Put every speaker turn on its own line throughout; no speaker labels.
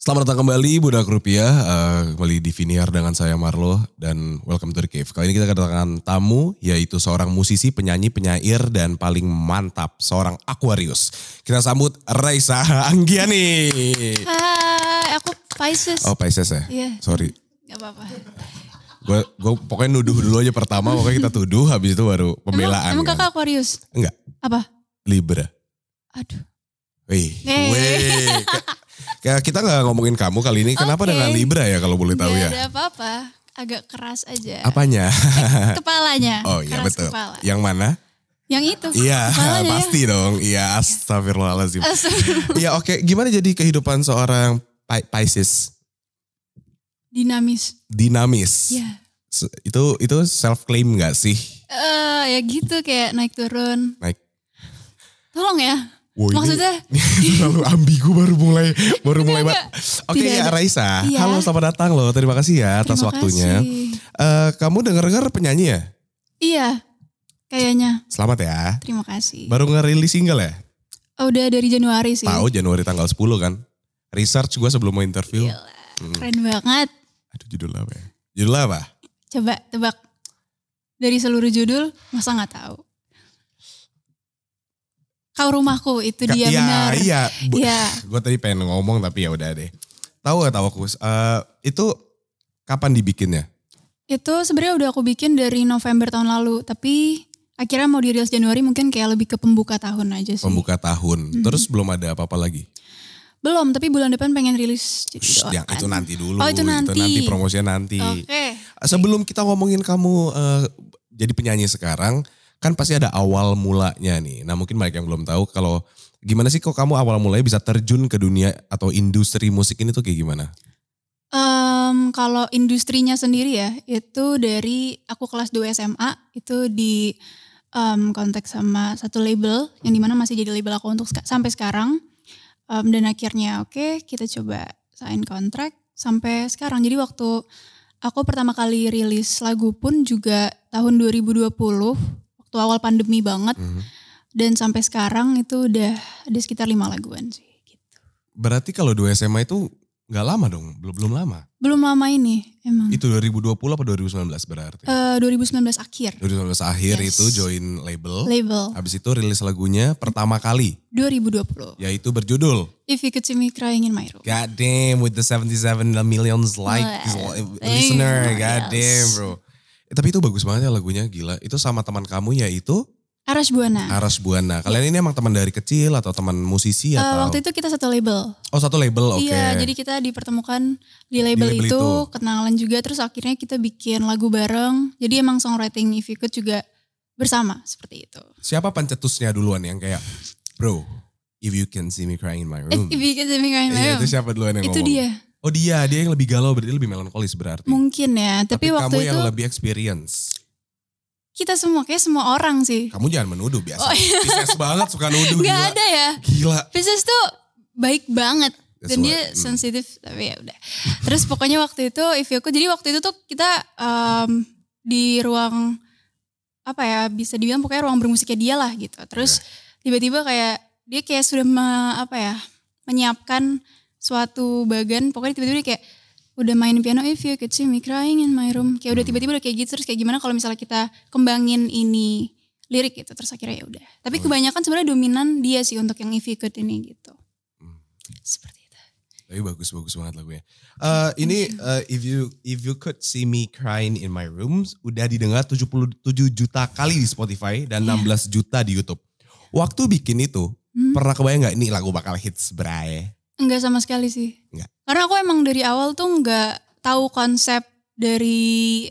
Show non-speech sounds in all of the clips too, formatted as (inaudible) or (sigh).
Selamat datang kembali Budak Rupiah, eh, kembali di Viniar dengan saya Marlo dan welcome to the cave. Kali ini kita kedatangan tamu yaitu seorang musisi, penyanyi, penyair dan paling mantap seorang Aquarius. Kita sambut Raisa Anggiani.
Hai, Eh, aku Pisces.
Gitu. Oh Pisces ya?
Iya.
Sorry.
Gak apa-apa.
Gue gue pokoknya nuduh dulu aja pertama, pokoknya kita tuduh habis itu baru pembelaan.
Emang, emang
kan?
kakak Aquarius?
Enggak,
Apa?
Libra.
Aduh.
Wih,
Hey.
wih. Ke- ke- Kita nggak ngomongin kamu kali ini. Kenapa
Oke.
dengan Libra ya kalau boleh tahu
Gak
ya?
ada apa-apa. Agak keras aja.
Apanya?
Kepalanya.
Oh iya
keras
betul.
Kepala.
Yang mana?
Yang itu. (laughs)
Iya, (laughs)
Kepalanya ya.
pasti dong. Iya, astagfirullahaladzim. (laughs)
Astagfirullah.
Iya, oke. Gimana jadi kehidupan seorang Pi- Pisces?
Dinamis.
Dinamis.
Iya.
Se- Itu itu self claim gak sih?
Eh, ya gitu kayak naik turun.
Naik.
Tolong ya.
Wow, ini-
Maksudnya
(laughs) Terlalu ambigu baru mulai baru mulai. ba-
enggak,
Oke
Tidak
ya
ada.
Raisa,
Iya.
halo selamat datang loh. Terima kasih ya atas
terima
waktunya.
kasih.
Eh, kamu denger-denger penyanyi ya?
Iya. Kayaknya.
Selamat ya.
Terima kasih.
Baru ngerilis single ya?
Oh, udah dari Januari sih.
Tahu Januari tanggal 10 kan? Research gue sebelum mau interview.
Gila,
Hmm.
Keren banget.
Aduh judulnya apa ya? Judulnya apa?
Coba tebak. Dari seluruh judul, masa nggak tahu? Kau rumahku, itu
Ka-
dia
iya,
benar.
Iya, Bu-
Iya.
Gue tadi pengen ngomong tapi ya udah deh. Tahu gak tahu aku? eh, itu kapan dibikinnya?
Itu sebenarnya udah aku bikin dari November tahun lalu, tapi akhirnya mau dirilis Januari mungkin kayak lebih ke pembuka tahun aja sih.
Pembuka tahun.
Mm-hmm.
Terus belum ada apa-apa lagi.
Belum, tapi bulan depan pengen rilis. Jadi
Shh,
doakan.
yang itu nanti dulu.
Oh, itu nanti.
promosinya nanti.
Oke.
Sebelum kita ngomongin kamu eh, jadi penyanyi sekarang, kan pasti ada awal mulanya nih. Nah, mungkin banyak yang belum tahu kalau gimana sih kok kamu awal mulanya bisa terjun ke dunia atau industri musik ini tuh kayak gimana?
Em, kalau industrinya sendiri ya, itu dari aku kelas 2 SMA, itu di em, kontak sama satu label, yang dimana masih jadi label aku untuk seka- sampai sekarang. Em, dan akhirnya oke, kita coba sign kontrak sampai sekarang. Jadi waktu aku pertama kali rilis lagu pun juga tahun 2020, waktu awal pandemi banget.
Mhm.
Dan sampai sekarang itu udah ada sekitar lima laguan sih. gitu.
Berarti kalau 2 SMA itu nggak lama dong, belum belum lama.
Belum lama ini emang.
Itu 2020 apa 2019 berarti?
Eh, 2019 akhir.
2019 akhir
Yes.
itu join label.
label
Habis itu rilis lagunya pertama kali
2020.
yaitu berjudul
If you could see me crying in my room.
God damn with the 77 millions like
Well,
listener.
thank you.
God damn bro. Eh, Tapi itu bagus banget ya lagunya gila. Itu sama teman kamu yaitu
Arash Buana.
Aras Buana. Kalian ini emang teman dari kecil atau teman musisi
Eh,
atau?
waktu itu kita satu label.
oh satu label iya oke.
Iya, jadi kita dipertemukan di label,
label
itu,
itu.
kenalan juga terus akhirnya kita bikin lagu bareng. Jadi emang songwriting If you could juga bersama seperti itu.
Siapa pencetusnya duluan yang kayak bro if you can see me crying in my
Eh,
room.
If you could see me crying in my
Hmm. Iya
room.
itu siapa duluan yang
Itu
ngomong?
dia.
Oh dia, dia yang lebih galau berarti lebih melankolis berarti.
Mungkin ya, tapi, waktu
kamu
itu
yang lebih experience.
kita semua kayak semua orang sih.
Kamu jangan menuduh biasa.
Oh, iya.
Pisces banget suka
(laughs)
nuduh
Gak
gila.
ada ya.
Gila.
Pisces tuh baik banget
That's
dan
why,
dia
hmm.
sensitif tapi ya udah. Terus pokoknya waktu itu if you could- jadi waktu itu tuh kita em, di ruang apa ya bisa dibilang pokoknya ruang bermusiknya dia lah gitu. Terus tiba-tiba kayak dia kayak sudah me- apa ya menyiapkan suatu bagan pokoknya tiba-tiba dia kayak udah main piano if you could see me crying in my room kayak udah tiba-tiba udah kayak gitu terus kayak gimana kalau misalnya kita kembangin ini lirik gitu terus akhirnya ya udah tapi kebanyakan sebenarnya dominan dia sih untuk yang if you could ini gitu
Hmm.
seperti itu
Tapi bagus bagus banget lagunya. Eh ini eh, if you if you could see me crying in my room udah didengar 77 juta kali di Spotify dan 16 juta di YouTube. Waktu bikin itu
Iya. Hmm.
pernah kebayang nggak ini lagu bakal hits bray?
enggak sama sekali sih
Enggak.
karena aku emang dari awal tuh nggak tahu konsep dari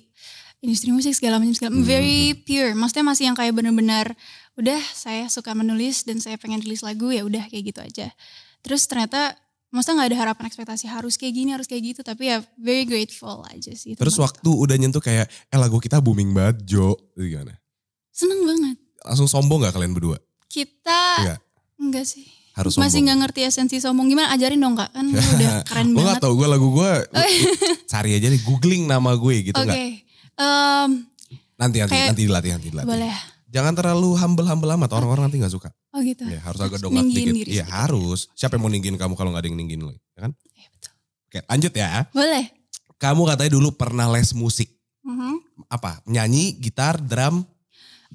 industri musik segala
Hmm,
macam segala very pure maksudnya masih yang kayak bener-bener udah saya suka menulis dan saya pengen rilis lagu ya udah kayak gitu aja terus ternyata maksudnya nggak ada harapan ekspektasi harus kayak gini harus kayak gitu tapi ya very grateful aja sih
Terus
tentang
waktu udah nyentuh kayak eh lagu kita booming banget Jo. Itu gimana?
itu. seneng banget
Langsung sombong nggak kalian berdua?
kita
Enggak.
enggak sih
Harus Iya.
masih
sombong.
nggak ngerti esensi sombong gimana ajarin dong kak kan
(laughs)
lu udah keren
Gue
(laughs) banget
gak tau, gue lagu gue cari aja nih googling nama gue gitu
Eh. oke
nggak?
Em,
Nanti nanti
Kayak-
nanti dilatih nanti dilatih.
boleh
Jangan terlalu humble-humble amat orang-orang nanti nggak suka.
oh gitu
Ya, harus
Harus
agak dongak
ninggin
dikit.
diri
Iya,
sedikit.
harus. Siapa yang mau ninggin kamu kalau nggak ada yang ninggin lo? Ya kan?
Iya, betul.
Oke, lanjut ya.
Boleh.
Kamu katanya dulu pernah les musik.
Mhm.
Apa? Nyanyi, gitar, drum.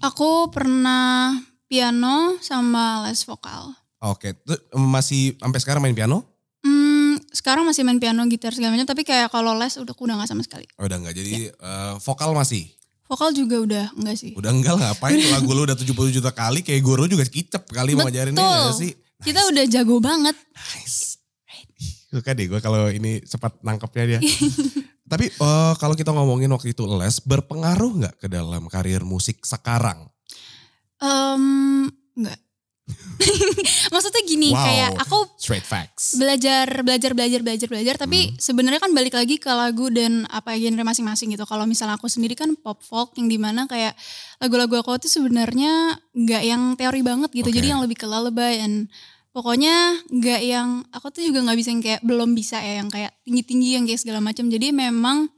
Aku pernah piano sama les vokal.
Oke, tuh, masih sampai sekarang main piano?
Hmm, sekarang masih main piano, gitar segala macam, tapi kayak kalau les udah udah nggak sama sekali.
Oh, udah enggak. Jadi
Ya.
eh, vokal masih?
Vokal juga udah enggak sih.
Udah enggak lah, ngapain lagu lu udah 70 juta kali kayak guru juga kicep kali mau ngajarinnya
Betul.
enggak sih?
Kita udah jago banget.
Nice. Suka deh gue kalau ini cepat
(laughs)
nangkepnya dia. Tapi eh, kalau kita ngomongin waktu itu les, berpengaruh nggak ke dalam karir musik sekarang?
Em, enggak. (laughs) Maksudnya gini,
Wow.
kayak aku
Straight facts.
belajar belajar belajar belajar belajar tapi
Hmm.
sebenarnya kan balik lagi ke lagu dan apa genre masing-masing gitu kalau misalnya aku sendiri kan pop folk yang dimana kayak lagu-lagu aku tuh sebenarnya nggak yang teori banget gitu
Oke.
jadi yang lebih ke lullaby and pokoknya nggak yang aku tuh juga nggak bisa yang kayak belum bisa ya yang kayak tinggi-tinggi yang kayak segala macam jadi memang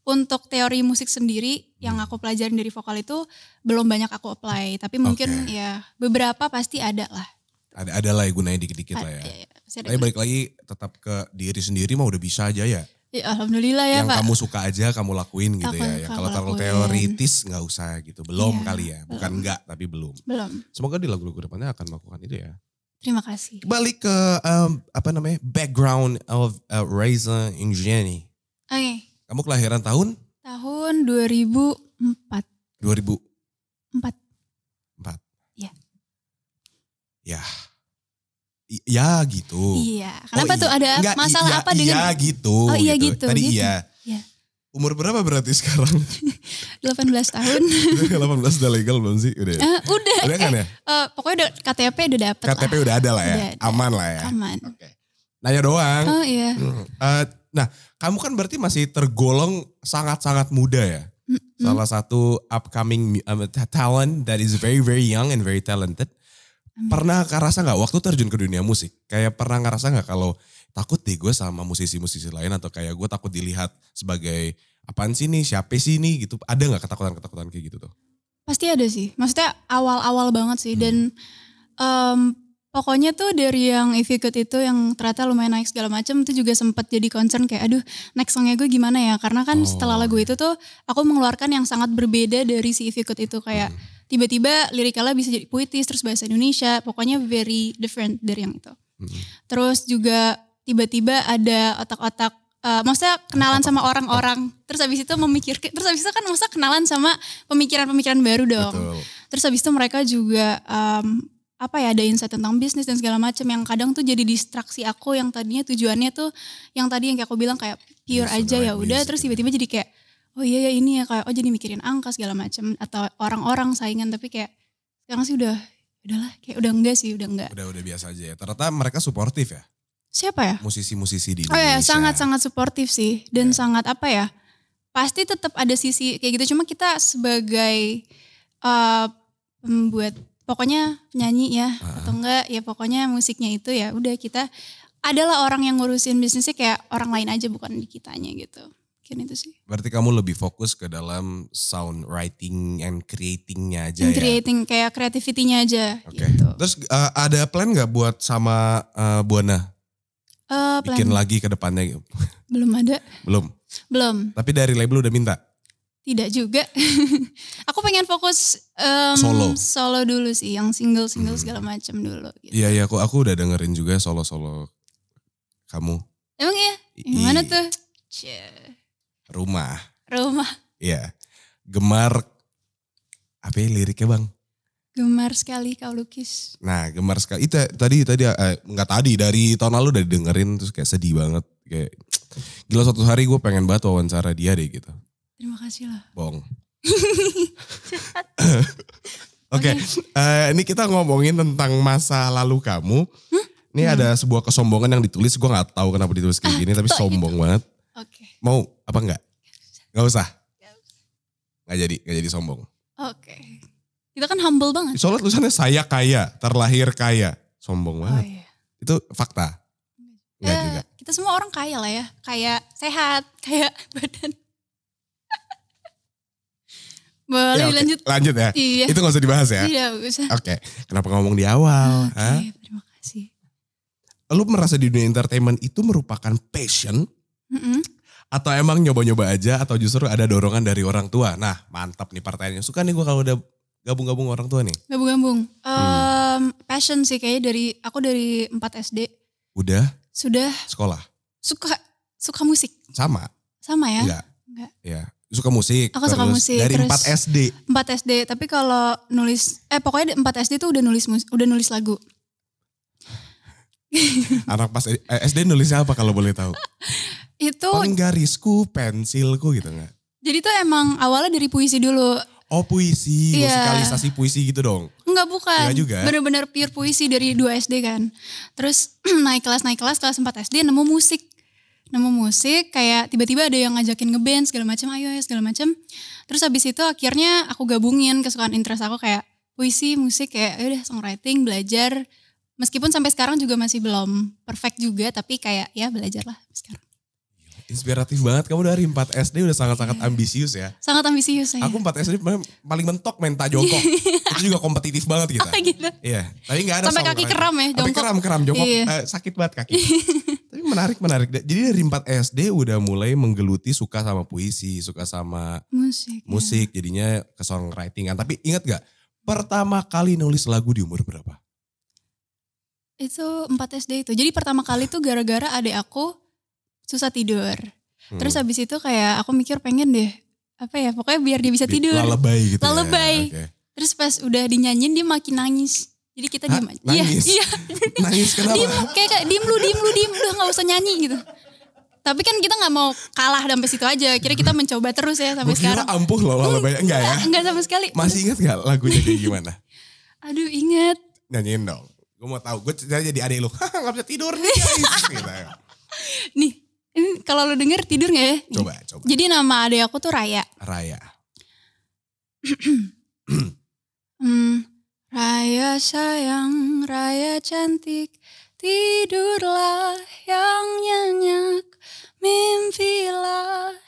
untuk teori musik sendiri yang
Hmm.
aku pelajarin dari vokal itu belum banyak aku apply tapi mungkin
Oke.
ya beberapa pasti ada lah
Ada ada lah ya gunanya dikit-dikit lah ya.
Ada, ya, pasti ada.
Tapi balik lagi tetap ke diri sendiri mah udah bisa aja ya.
Ya, alhamdulillah ya
yang
pak
kamu suka aja kamu lakuin gitu
Aku-
ya. Yang
aku
kalau terlalu
lakuin.
teoritis nggak usah gitu. Belum
Iya,
kali ya. Bukan
belum.
enggak tapi belum.
belum
Semoga di lagu-lagu depannya akan melakukan itu ya.
Terima kasih.
Balik ke um, apa namanya background of uh, Reza Injani.
Oke,
Kamu kelahiran tahun
tahun 2004.
2000
Empat.
Empat.
Iya.
Ya. I- ya gitu.
Iya. Kenapa
Oh,
tuh
iya.
ada
Nggak, i-
masalah
iya,
apa dengan
Iya gitu.
Oh, iya gitu,
Tadi
gitu.
iya.
Iya.
Umur berapa berarti sekarang? (laughs)
18 tahun?
18 udah legal belum sih? Udah. ya?
Eh, udah.
Udah kan ya?
Eh, eh, pokoknya udah KTP udah dapet
KTP udah ada lah ya.
Udah ada.
Aman lah ya.
lah. Aman.
Oke. Nanya doang.
Oh iya.
Hmm. Eh, nah, kamu kan berarti masih tergolong sangat-sangat muda ya.
Mm-mm.
Salah satu upcoming um, ta- talent that is very very young and very talented.
Amin.
Pernah ngerasa nggak waktu terjun ke dunia musik? Kayak pernah ngerasa nggak kalau takut deh gue sama musisi-musisi lain atau kayak gue takut dilihat sebagai apaan sih nih, siapa sih nih gitu. Ada nggak ketakutan-ketakutan kayak gitu tuh?
Pasti ada sih. Maksudnya awal-awal banget sih.
Hmm.
Dan em, pokoknya tuh dari yang If You Could itu yang ternyata lumayan naik segala macam itu juga sempat jadi concern kayak aduh next songnya gue gimana ya. Karena
Oh,
kan setelah lagu itu tuh aku mengeluarkan yang sangat berbeda dari si If You Could itu. Kayak tiba-tiba lirikalnya bisa jadi puitis terus bahasa Indonesia. Pokoknya very different dari yang itu.
Hmm.
Terus juga tiba-tiba ada otak-otak eh, maksudnya kenalan sama orang-orang. Terus habis itu memikirkan terus habis itu kan maksudnya kenalan sama pemikiran-pemikiran baru dong.
Betul.
Terus habis itu mereka juga em, apa ya ada insight tentang bisnis dan segala macam yang kadang tuh jadi distraksi aku yang tadinya tujuannya tuh yang tadi yang kayak aku bilang kayak
Yes,
pure aja
I
ya
like
udah
music,
terus
gitu.
tiba-tiba jadi kayak oh iya ya ini ya kayak oh jadi mikirin angka segala macam atau orang-orang saingan tapi kayak sekarang sih udah udahlah kayak udah enggak sih udah enggak
Udah udah biasa aja ya. Ternyata mereka suportif ya,
siapa ya
musisi-musisi di
Oh
Indonesia.
ya, sangat-sangat suportif sih dan
Ya.
sangat apa ya? Pasti tetap ada sisi kayak gitu. Cuma kita sebagai eh, pembuat pokoknya nyanyi ya atau enggak ya pokoknya musiknya itu ya udah kita adalah orang yang ngurusin bisnisnya kayak orang lain aja bukan di kitanya gitu. Mungkin itu sih.
Berarti kamu lebih fokus ke dalam sound writing and creatingnya aja
In
ya.
creating kayak kreativitinya aja
Oke.
gitu.
Terus eh, ada plan nggak buat sama eh, Buana
Eh, plan
bikin lagi ke depannya? gitu?
belum ada?
Belum.
Belum.
Tapi dari label udah minta.
Tidak juga. (laughs) Aku pengen fokus em,
Solo.
solo dulu sih, yang single-single
Hmm.
segala macam dulu gitu.
Iya iya aku aku udah dengerin juga solo-solo kamu.
Emang iya?
I-
Yang mana
i-
tuh? Cie,
Rumah.
Rumah
Iya. Gemar apa ya liriknya bang?
gemar sekali kau lukis.
Nah gemar sekali. Itu tadi tadi eh, nggak tadi dari tahun lalu udah dengerin terus kayak sedih banget kayak gila suatu hari gue pengen banget wawancara dia deh gitu.
Terima kasih lah.
Bohong. (laughs) Oke, eh, ini kita ngomongin tentang masa lalu kamu. Ini ada sebuah kesombongan yang ditulis, gue nggak tahu kenapa ditulis kayak gini, tapi
betul
sombong banget.
Oke.
Mau apa enggak? Nggak usah. Nggak jadi, nggak jadi sombong.
Oke. Kita kan humble banget.
Soalnya tulisannya saya kaya, terlahir kaya. Sombong
Oh
banget.
iya.
Itu fakta. Enggak
Eh,
juga.
kita semua orang kaya lah ya. Kaya sehat, (laughs) kaya badan. Boleh
Ya, oke,
lanjut?
Lanjut ya.
Iya.
Itu nggak usah dibahas ya.
Tidak usah.
Oke, kenapa ngomong di awal?
Oke,
Hah?
terima kasih.
lu merasa di dunia entertainment itu merupakan passion
Mm-mm.
Atau emang nyoba-nyoba aja atau justru ada dorongan dari orang tua? Nah mantap nih partainya. Suka nih gue kalau udah gabung-gabung orang tua nih.
Gabung-gabung.
Hmm.
Em, passion sih kayaknya dari aku dari 4 SD
Udah
sudah
sekolah?
suka suka musik
Sama?
sama ya.
Enggak?
Enggak.
Ya. Suka musik?
Aku suka
terus
musik,
Dari
terus-
4 SD?
4 SD tapi kalau nulis eh pokoknya di 4 SD tuh udah nulis mus- udah nulis lagu.
Anak pas eh, SD nulisnya apa kalau boleh tahu?
Itu
Paling garisku, pensilku gitu enggak?
jadi tuh emang awalnya dari puisi dulu.
Oh puisi,
Iya.
musikalisasi puisi gitu dong.
Enggak bukan.
Enggak juga.
Bener-bener pure puisi dari 2 SD kan. Terus (clears throat) naik kelas naik kelas kelas 4 SD nemu musik. Nemu musik kayak tiba-tiba ada yang ngajakin ngeband segala macam ayo ya segala macam. Terus habis itu akhirnya aku gabungin kesukaan interest aku kayak puisi, musik kayak ya udah songwriting, belajar. Meskipun sampai sekarang juga masih belum perfect juga tapi kayak ya belajar lah sekarang.
Inspiratif banget kamu dari 4 SD udah sangat-sangat
Iya.
ambisius ya.
Sangat ambisius saya.
Aku
(laughs)
4 SD paling- paling mentok main tak jongkok. Itu juga kompetitif banget kita.
gitu.
Iya, tapi gak ada
Sampai
songwriting.
kaki keram ya
Sampai
jongkok.
keram keram jongkok
Iya.
eh, sakit banget kaki. Tapi menarik menarik. Jadi dari 4 SD udah mulai menggeluti suka sama puisi, suka sama
Musik. ya.
musik, jadinya ke songwriting kan. Tapi ingat gak pertama kali nulis lagu di umur berapa?
Itu 4 SD itu. Jadi pertama kali tuh gara-gara adik aku susah tidur.
Hmm.
Terus habis itu kayak aku mikir pengen deh apa ya pokoknya biar dia bisa
Di-
tidur.
Lalebay gitu. ya.
Lalebay.
Oke.
Terus pas udah dinyanyiin dia makin nangis. Jadi kita
Hah?
diam aja.
Nangis?
Iya, iya.
Nangis
Diem,
kenapa?
kayak kayak diem lu, diem lu, diem. Udah gak usah nyanyi gitu. Tapi kan kita nggak mau kalah sampai situ aja. Kira kita mencoba terus ya sampai
Gue kira
sekarang. Iya.
ampuh loh lalebay. Enggak
(laughs)
ya?
Enggak sama sekali.
Masih ingat gak lagunya kayak gimana?
Aduh inget.
Nyanyiin dong. Gue mau tahu. Gue cerita jadi adik lu. (laughs) Haha gak bisa tidur nih guys. Gitu.
Nih, ini kalau lu denger tidur gak ya? Nih.
Coba, coba.
Jadi nama adek aku tuh Raya.
Raya.
Hmm, Raya sayang, Raya cantik, tidurlah yang nyenyak, mimpilah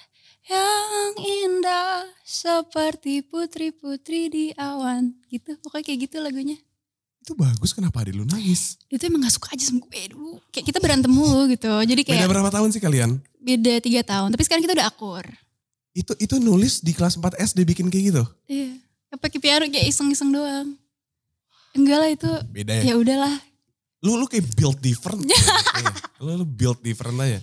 yang indah seperti putri-putri di awan. Gitu, pokoknya kayak gitu lagunya.
Itu bagus kenapa adik lu nangis?
Itu emang gak suka aja sama gue dulu. Kayak kita berantem mulu gitu. Jadi
Beda
kayak
berapa tahun sih kalian?
beda tiga tahun. Tapi sekarang kita udah akur.
Itu itu nulis di kelas 4 SD bikin kayak gitu?
Iya. Apa kayak piano kayak iseng-iseng doang. Enggak lah itu.
Beda ya?
Ya udahlah.
Lu, lu kayak build
(laughs)
different. Iya. lu, lu build different aja.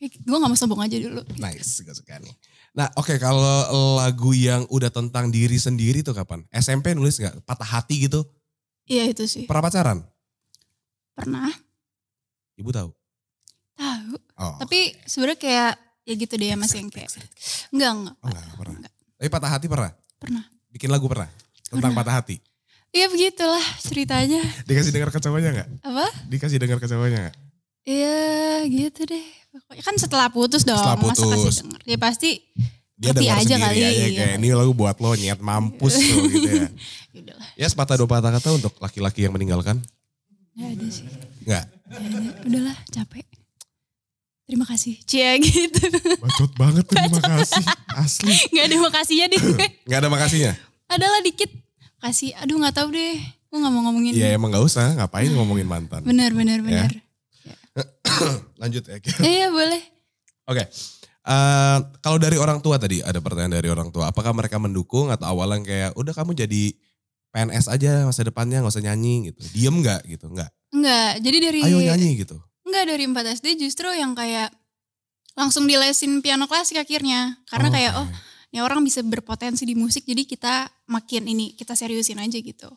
Gue gak mau sombong aja dulu.
Nice, suka suka nih. Nah oke kalau lagu yang udah tentang diri sendiri tuh kapan? SMP nulis gak? Patah hati gitu?
Iya itu sih.
Pernah pacaran?
Pernah.
Ibu tahu?
Tahu.
Oh.
Tapi sebenarnya kayak ya gitu deh ya masih yang kayak. Enggak, enggak.
Oh enggak, pernah.
Enggak.
Tapi patah hati pernah?
Pernah.
Bikin lagu pernah? Tentang
Pernah.
patah hati?
Iya begitulah ceritanya.
Dikasih dengar kecewanya gak?
Apa?
Dikasih dengar kecewanya gak?
Iya gitu deh. Pokoknya kan setelah putus dong.
Setelah
Masa kasih
putus.
denger. Ya pasti
Dia
Ngerti
dengar
aja
sendiri
kali,
aja
iya.
kayak ini lagu buat lo nyet mampus lo gitu ya.
ya udahlah.
Ya sepatah dua patah kata untuk laki-laki yang meninggalkan?
Ya ada sih.
Enggak.
Ya ada. Udahlah capek. Terima kasih. Cia (laughs) gitu.
Bacot banget terima kasih. Asli.
Gak ada makasihnya
(coughs)
deh.
Enggak ada makasihnya?
Adalah dikit. Kasih. Aduh gak tahu deh. Gue gak mau ngomongin.
Iya emang gak usah ngapain ngomongin mantan.
Bener, bener,
Ya.
bener.
Lanjut ya.
Iya, iya boleh.
Oke. Eh, kalau dari orang tua tadi ada pertanyaan dari orang tua, apakah mereka mendukung atau awalan kayak udah kamu jadi PNS aja masa depannya nggak usah nyanyi gitu, diem nggak gitu, nggak,
Enggak, jadi dari
ayo nyanyi gitu.
Enggak dari 4 SD justru yang kayak langsung dilesin piano klasik akhirnya. Karena kayak oh, ya orang bisa berpotensi di musik jadi kita makin ini kita seriusin aja gitu.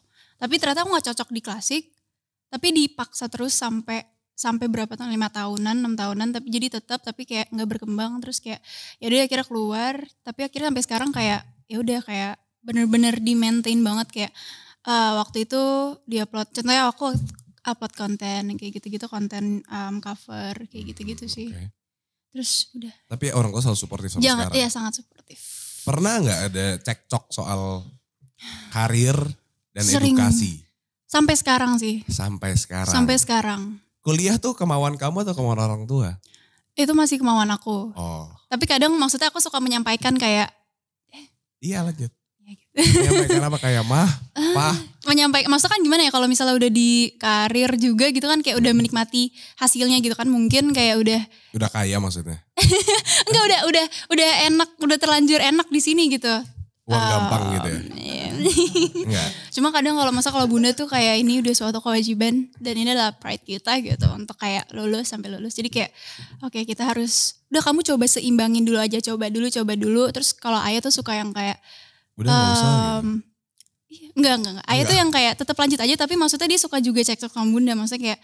Tapi ternyata aku nggak cocok di klasik. Tapi dipaksa terus sampai sampai berapa tahun lima tahunan enam tahunan tapi jadi tetap tapi kayak nggak berkembang terus kayak ya udah akhirnya keluar tapi akhirnya sampai sekarang kayak ya udah kayak bener-bener di maintain banget kayak eh, waktu itu di upload contohnya aku upload konten kayak gitu-gitu konten em, cover kayak gitu-gitu sih
Hmm, Oke.
terus udah
Tapi orang tua selalu suportif sama
jangan
sekarang.
iya sangat suportif
Pernah nggak ada cekcok soal karir dan
Sering.
edukasi
sampai sekarang sih
sampai sekarang?
sampai sekarang
Kuliah tuh kemauan kamu atau kemauan orang tua?
itu masih kemauan aku
Oh,
tapi kadang maksudnya aku suka menyampaikan kayak
iya lanjut.
ya gitu Ah.
Menyampaikan apa kayak mah, pah,
menyampaikan maksudnya kan gimana ya kalau misalnya udah di karir juga gitu kan kayak udah
Hmm.
menikmati hasilnya gitu kan mungkin kayak udah
udah kaya maksudnya.
enggak udah udah udah enak udah terlanjur enak di sini gitu iya.
Uang gampang gitu
Um,
ya. Enggak.
(laughs) cuma kadang kalau masa kalau bunda tuh kayak ini udah suatu kewajiban dan ini adalah pride kita gitu untuk kayak lulus sampai lulus jadi kayak oke kita harus udah kamu coba seimbangin dulu aja coba dulu coba dulu terus kalau ayah tuh suka yang kayak
Udah nggak usah. gitu.
Em, iya, Enggak, enggak, enggak. Ayah tuh yang kayak tetap lanjut aja tapi maksudnya dia suka juga cekcok sama bunda. Maksudnya kayak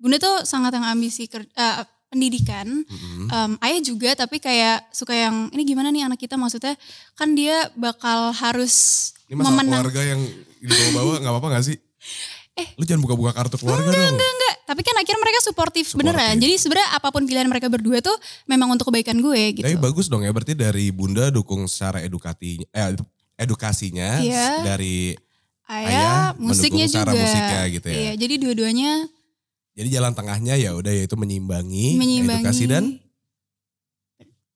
bunda tuh sangat yang ambisi ker- eh, pendidikan.
Mm-mm.
Em, ayah juga tapi kayak suka yang ini gimana nih anak kita maksudnya kan dia bakal harus
Ini masalah
memenang.
keluarga yang dibawa-bawa nggak apa-apa nggak sih?
Eh.
Lu jangan buka-buka kartu keluarga dong.
Enggak, tapi kan akhirnya mereka suportif
Suportif.
beneran. Jadi sebenarnya apapun pilihan mereka berdua tuh memang untuk kebaikan gue gitu.
Tapi bagus dong ya berarti dari bunda dukung secara edukati eh, edukasinya
Iya.
dari Ayah
ayah, musiknya
mendukung secara
juga.
musiknya gitu ya.
Iya, jadi dua-duanya
jadi jalan tengahnya ya udah yaitu menyimbangi,
menyimbangi
edukasi dan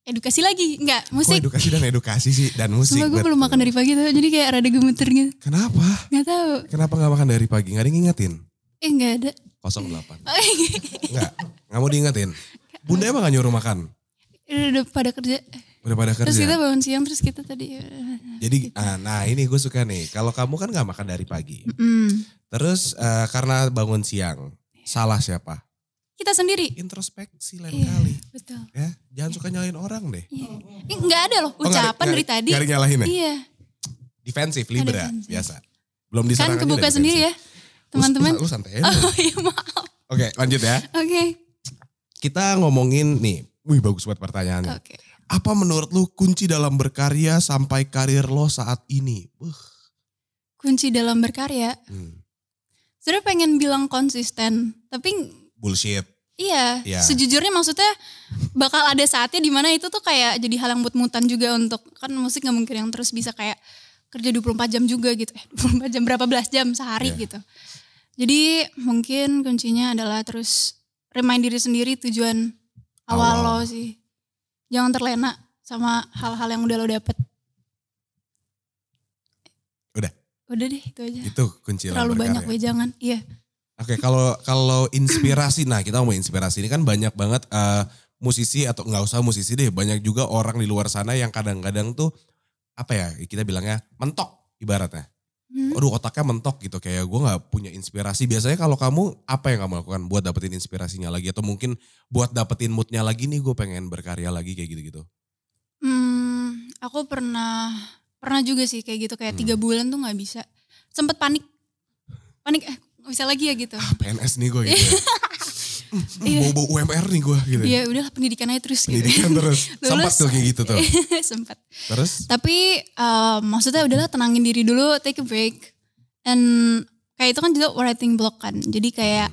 edukasi lagi
kok
nggak musik
edukasi dan edukasi sih dan musik.
Sumpah gue belum
betul.
makan dari pagi tuh, jadi kayak rada gemeter gitu.
Kenapa?
Gak tau.
Kenapa nggak makan dari pagi? Nggak ada yang ngingetin.
Eh gak ada. (laughs)
08. Enggak, nggak mau diingetin. Bunda emang gak nyuruh makan?
Udah, udah pada kerja.
Udah pada kerja.
Terus kita bangun siang, terus kita tadi. eh,
Jadi, ah, nah ini gue suka nih. Kalau kamu kan nggak makan dari pagi.
Mm.
Terus eh, karena bangun siang, salah siapa?
Kita sendiri.
Introspeksi lain
Iya,
kali.
betul.
Ya, jangan suka nyalain orang deh.
Iya. Ini nggak ada loh
Oh, nggak ada-
ucapan
nggak
dari
ada-
tadi.
nggak ada nyalahin ya?
Iya.
Defensif, libera,
defensif.
biasa. Belum diserang
Kan
aja
kebuka
udah
sendiri ya.
defensif. Lu-
Teman-teman.
Lu, lu santai aja.
(laughs) Oh iya maaf.
Oke, lanjut ya.
Oke.
Kita ngomongin nih. Wih, bagus banget pertanyaannya.
Oke.
Apa menurut lu kunci dalam berkarya sampai karir lo saat ini? Wah,
Kunci dalam berkarya.
hmm,
Sebenernya pengen bilang konsisten. Tapi
bullshit.
Iya,
Iya.
sejujurnya maksudnya bakal ada saatnya dimana itu tuh kayak jadi hal yang mut-mutan juga untuk kan musik nggak mungkin yang terus bisa kayak kerja 24 jam juga gitu. Eh, 24 jam berapa belas jam sehari
Iya.
gitu. Jadi mungkin kuncinya adalah terus remind diri sendiri tujuan awal,
Awal.
lo sih. Jangan terlena sama hal-hal yang udah lo dapet.
Udah.
Udah deh itu aja.
Itu kunci dalam
Terlalu banyak
berkarya.
gue jangan. Iya.
Oke, kalau kalau inspirasi, nah kita mau inspirasi ini kan banyak banget eh, musisi atau nggak usah musisi deh, banyak juga orang di luar sana yang kadang-kadang tuh apa ya kita bilangnya mentok ibaratnya.
Hmm.
Aduh otaknya mentok gitu, kayak gue nggak punya inspirasi. Biasanya kalau kamu apa yang kamu lakukan buat dapetin inspirasinya lagi atau mungkin buat dapetin moodnya lagi nih gue pengen berkarya lagi kayak gitu-gitu.
Hmm, aku pernah pernah juga sih kayak gitu kayak
Hmm.
tiga bulan tuh nggak bisa. Sempet panik, panik eh nggak bisa lagi ya gitu.
Ah, PNS nih gue gitu. ya.
(laughs) Iya.
Bobo UMR nih gue gitu. ya.
Ya udahlah pendidikan aja terus
Pendidikan terus.
Lulus.
Sempat tuh kayak gitu tuh.
gitu. (laughs) Sempet.
Terus
Tapi eh, maksudnya udahlah tenangin diri dulu, take a break. And kayak itu kan juga writing block kan. Jadi kayak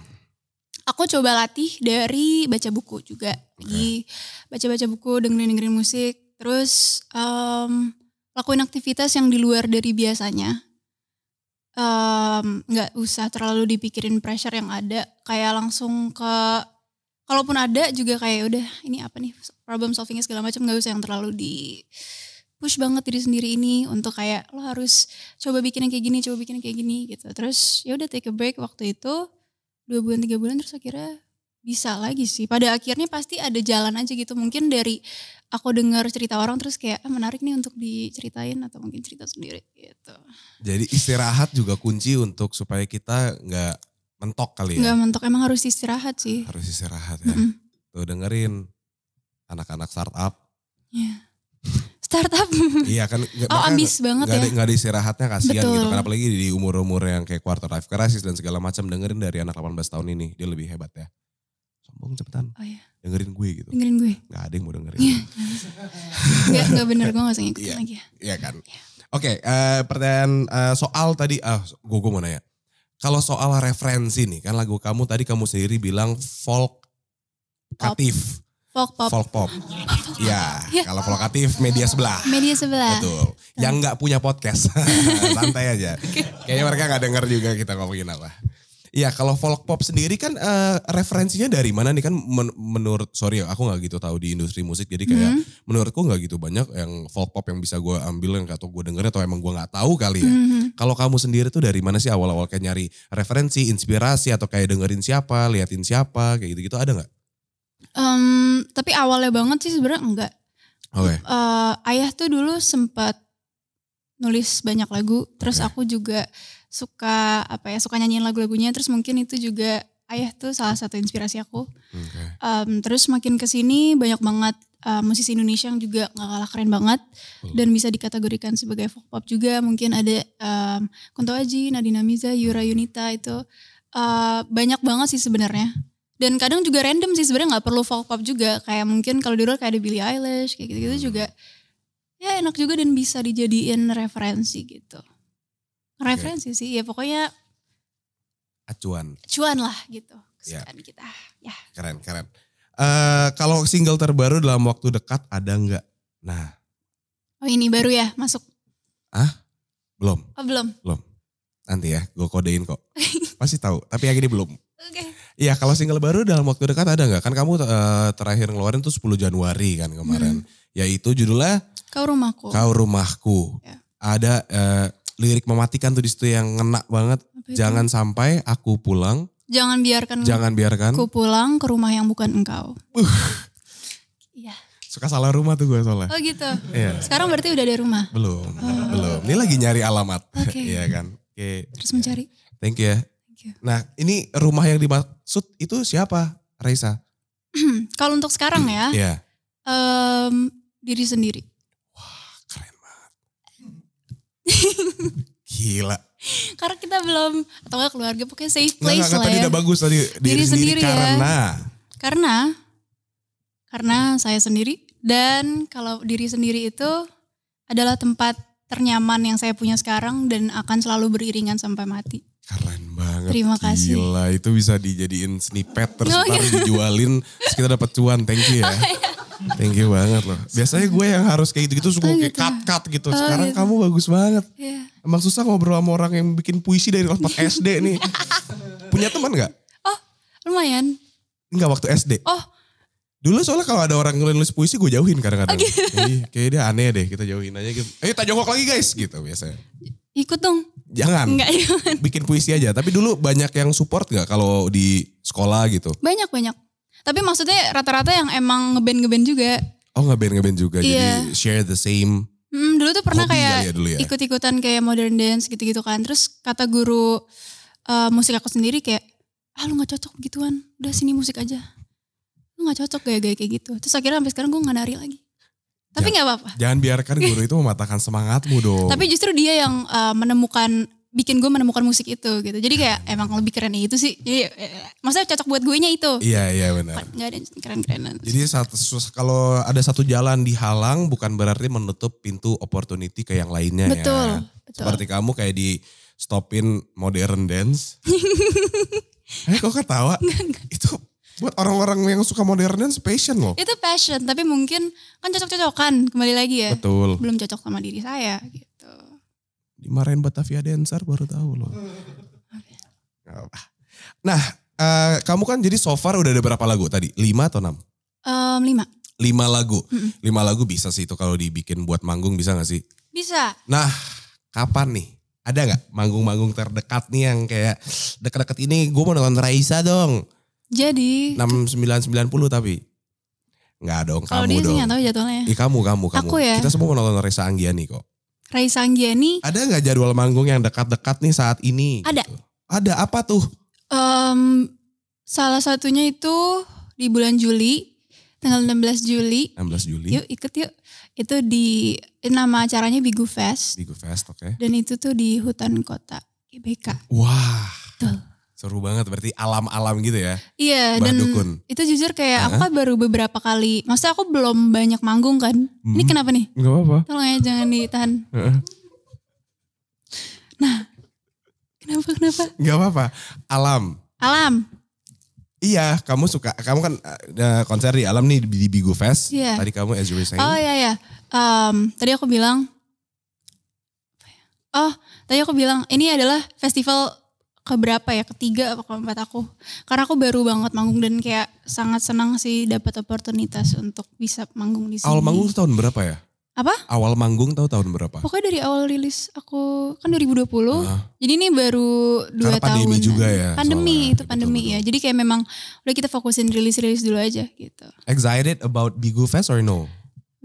aku coba latih dari baca buku juga. Lagi baca-baca buku, dengerin-dengerin musik. Terus em, lakuin aktivitas yang di luar dari biasanya. Em, nggak usah terlalu dipikirin pressure yang ada. Kayak langsung ke kalaupun ada juga kayak udah ini apa nih problem solvingnya segala macam nggak usah yang terlalu di push banget diri sendiri ini untuk kayak lo harus coba bikin yang kayak gini coba bikin yang kayak gini gitu terus ya udah take a break waktu itu dua bulan tiga bulan terus akhirnya bisa lagi sih pada akhirnya pasti ada jalan aja gitu mungkin dari aku dengar cerita orang terus kayak ah, menarik nih untuk diceritain atau mungkin cerita sendiri gitu
Jadi istirahat juga kunci untuk supaya kita nggak mentok kali ya.
nggak mentok emang harus istirahat sih
Harus istirahat ya.
Mm-mm.
Tuh dengerin anak-anak startup.
startup
iya kan. nggak-
oh
makanya
ambis banget
nggak
ya
ada, nggak ada istirahatnya kasihan
Betul.
gitu kan. Apalagi di umur-umur yang kayak quarter life crisis dan segala macam dengerin dari anak 18 tahun ini. Dia lebih hebat ya. Sombong cepetan.
Oh iya.
Dengerin gue gitu.
dengerin gue
Nggak ada yang mau dengerin. (laughs)
Gak, gak bener, gue gak usah ngikutin
Iya.
lagi ya.
Iya kan. Oke, eh, pertanyaan eh, soal tadi, ah, gue mau nanya. Kalau soal referensi nih, kan lagu kamu tadi kamu sendiri bilang folk katif,
Folk pop,
folk pop. Iya,
Iya.
kalau folk katif media sebelah.
media sebelah.
Betul. Yang (laughs) nggak punya podcast, santai aja. Kayaknya mereka nggak denger juga kita ngomongin apa. Ya kalau folk pop sendiri kan eh, referensinya dari mana nih kan men- menurut sorry ya aku nggak gitu tahu di industri musik jadi kayak
Mhm.
menurutku nggak gitu banyak yang folk pop yang bisa gue ambil yang atau gue dengerin atau emang gue nggak tahu kali ya.
Mhm.
Kalau kamu sendiri tuh dari mana sih awal-awal kayak nyari referensi, inspirasi atau kayak dengerin siapa, liatin siapa kayak gitu-gitu ada nggak?
Em, tapi awalnya banget sih sebenarnya enggak.
Oke.
Eh, ayah tuh dulu sempat nulis banyak lagu, terus
Oke.
aku juga suka apa ya suka nyanyiin lagu-lagunya, terus mungkin itu juga ayah tuh salah satu inspirasi aku.
Oke.
Em, terus makin kesini banyak banget eh, musisi Indonesia yang juga nggak kalah keren banget
Hmm.
dan bisa dikategorikan sebagai folk pop juga. Mungkin ada em, Kunto Aji, Nadina Miza, Yura Yunita itu eh, banyak banget sih sebenarnya. Dan kadang juga random sih sebenarnya nggak perlu folk pop juga. Kayak mungkin kalau dulu kayak ada Billie Eilish kayak gitu-gitu
Hmm.
juga ya enak juga dan bisa dijadiin referensi gitu. Referensi sih ya pokoknya
Acuan.
cuan lah gitu
Ya.
kesukaan kita.
Keren, keren. Eh kalau single terbaru dalam waktu dekat ada nggak? Nah,
Oh ini baru ya masuk?
belum.
Oh belum.
Nanti ya, gue kodein kok. Pasti tahu, tapi yang ini belum.
Oke.
Iya, kalau single baru dalam waktu dekat ada nggak? Kan kamu eh, terakhir ngeluarin tuh 10 Januari kan kemarin. Yaitu judulnya
Kau rumahku.
Kau Rumahku.
Ya.
Ada eh, lirik mematikan tuh di situ yang ngena banget.
Apa itu? Hmm.
Jangan sampai aku pulang,
Jangan biarkan
jangan biarkan.
ku pulang ke rumah yang bukan engkau. Iya.
Suka salah rumah tuh gue soalnya.
Oh gitu.
Iya,
Sekarang berarti udah ada rumah.
belum, belum. Ini lagi nyari alamat.
Oke.
(laughs) Iya kan. Oke.
Terus mencari. (clears throat)
Thank you ya.
Thank you.
Nah, ini rumah yang dimaksud itu siapa? Raisa.
Kalau untuk sekarang ya,
Iya.
em, diri sendiri.
Keren banget.
(laughs)
Gila.
Karena kita belum atau enggak keluarga pokoknya safe
Nggak,
place
nggak,
lah
tadi
ya.
udah bagus tadi diri, sendiri,
sendiri ya.
karena
Karena karena saya sendiri dan kalau diri sendiri itu adalah tempat ternyaman yang saya punya sekarang dan akan selalu beriringan sampai mati.
keren banget.
Terima kasih.
Gila, itu bisa dijadiin snippet terus
Oh, iya.
ntar dijualin terus kita dapat cuan. Thank
(laughs)
you ya. Thank you banget loh. Biasanya gue yang harus kayak gitu-gitu suka
Oh,
kayak
gitu.
cut-cut gitu.
Oh,
Sekarang
gitu.
kamu bagus banget.
Iya.
Emang susah ngobrol sama orang yang bikin puisi dari
(laughs)
tempat SD nih. Punya teman nggak?
Lumayan.
Enggak waktu SD.
Oh.
Dulu soalnya kalau ada orang nulis puisi gue jauhin
Oh,
kadang-kadang.
gitu.
Ih, kayaknya dia aneh deh, kita jauhin aja gitu. Ayo tak jongkok lagi guys gitu biasanya.
Ikut dong.
Jangan,
Enggak ya.
bikin puisi aja. Tapi dulu banyak yang support gak kalau di sekolah gitu?
Banyak banyak. Tapi maksudnya rata-rata yang emang ngeband ngeband juga.
Oh ngeband ngeband juga,
Iya.
jadi share the same
Hmm, dulu tuh pernah
hobi
kayak
kali ya dulu ya.
ikut-ikutan kayak modern dance gitu-gitu kan. Terus kata guru eh, musik aku sendiri kayak, ah lu gak cocok begituan, udah sini musik aja. Lu gak cocok gaya-gaya kayak gitu. Terus akhirnya sampai sekarang gue gak nari lagi.
Ya.
Tapi nggak apa-apa.
Jangan biarkan guru itu mematahkan semangatmu dong.
Tapi justru dia yang eh, menemukan, bikin gue menemukan musik itu gitu. Jadi
Hmm.
kayak emang lebih keren itu sih. Jadi, eh, maksudnya cocok buat gue nya itu.
iya iya benar.
Gak ada yang keren-kerenan.
Jadi ya, satu, sus- kalau ada satu jalan dihalang bukan berarti menutup pintu opportunity ke yang lainnya ya.
betul, betul.
Seperti kamu kayak di stopin modern
(laughs)
dance. eh kok ketawa? itu buat orang-orang yang suka modern dance passion loh.
Itu passion, tapi mungkin kan cocok-cocokan kembali lagi ya.
Betul.
Belum cocok sama diri saya gitu.
Dimarahin Batavia Dancer baru tahu loh. Nggak
Hmm.
apa. Nah, eh, kamu kan jadi so far udah ada berapa lagu tadi? 5 atau 6?
Em, lima,
5 lagu.
Mm-mm.
5 lagu bisa sih itu kalau dibikin buat manggung bisa gak sih?
bisa.
Nah, kapan nih? Ada nggak manggung-manggung terdekat nih yang kayak deket-deket ini gue mau nonton Raisa dong. Nah,
Jadi
6990 tapi. Nggak dong, kamu
kalau dia sih
dong.
nggak tahu jadwalnya.
Ih, kamu, kamu, kamu.
Aku ya?
Kita semua mau nonton Raisa Anggiani kok.
Raisa Anggiani
Ada nggak jadwal manggung yang dekat-dekat nih saat ini?
Ada.
gitu? Ada apa tuh?
em, salah satunya itu di bulan Juli tanggal 16 Juli.
16 Juli
Yuk ikut yuk. Itu di nama acaranya Bigu Fest
di Go Fest, oke.
dan itu tuh di hutan kota GBK.
Wah.
Betul.
Seru banget berarti alam-alam gitu ya.
Iya
Bah
dan
Dukun.
itu jujur kayak aku kan baru beberapa kali. Maksudnya aku belum banyak manggung kan. Ini
Hmm.
kenapa nih?
Gak apa-apa.
Tolong ya jangan ditahan.
Heeh.
Kenapa kenapa?
Gak apa-apa. Alam.
Alam.
Iya, kamu suka. Kamu kan eh, konser di alam nih di Bigo Fest.
Iya.
Tadi kamu as you were saying.
Oh iya ya. Em, tadi aku bilang Oh, tadi aku bilang ini adalah festival keberapa ya ketiga apa keempat aku karena aku baru banget manggung dan kayak sangat senang sih dapat opportunitas untuk bisa manggung di sini
Awal manggung tuh tahun berapa ya?
Apa?
Awal manggung tahu tahun berapa?
pokoknya dari awal rilis aku kan 2020
Hah?
jadi ini baru dua
Oh. Karena pandemi
tahun
juga ya,
pandemi
soalnya.
itu pandemi
Betul-betul.
ya jadi kayak memang udah kita fokusin rilis rilis dulu aja gitu
Excited about Bigu Fest or no?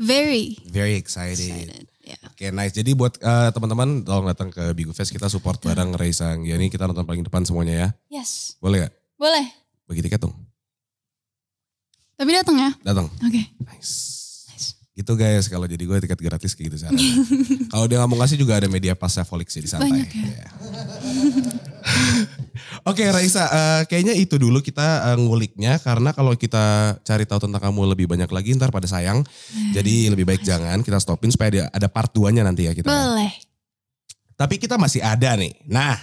very
Very excited.
excited ya
Oke nice. Jadi buat eh, teman-teman tolong datang ke Bigu Fest kita support bareng Ray Sanggiani kita nonton paling depan semuanya ya.
yes
Boleh gak?
boleh
Bagi tiket dong.
tapi datang ya
Datang.
oke
Nice.
Nice.
Gitu guys, kalau jadi gue tiket gratis kayak gitu
(laughs)
caranya. kalau dia nggak mau ngasih juga ada media pas Savolik sih di santai.
Banyak ya.
Iya. (laughs) Oke Raisa, eh, kayaknya itu dulu kita eh, nguliknya karena kalau kita cari tahu tentang kamu lebih banyak lagi ntar pada sayang.
Eh.
Jadi lebih baik jangan kita stopin supaya ada, ada part 2-nya nanti ya kita.
boleh
Tapi kita masih ada nih. Nah,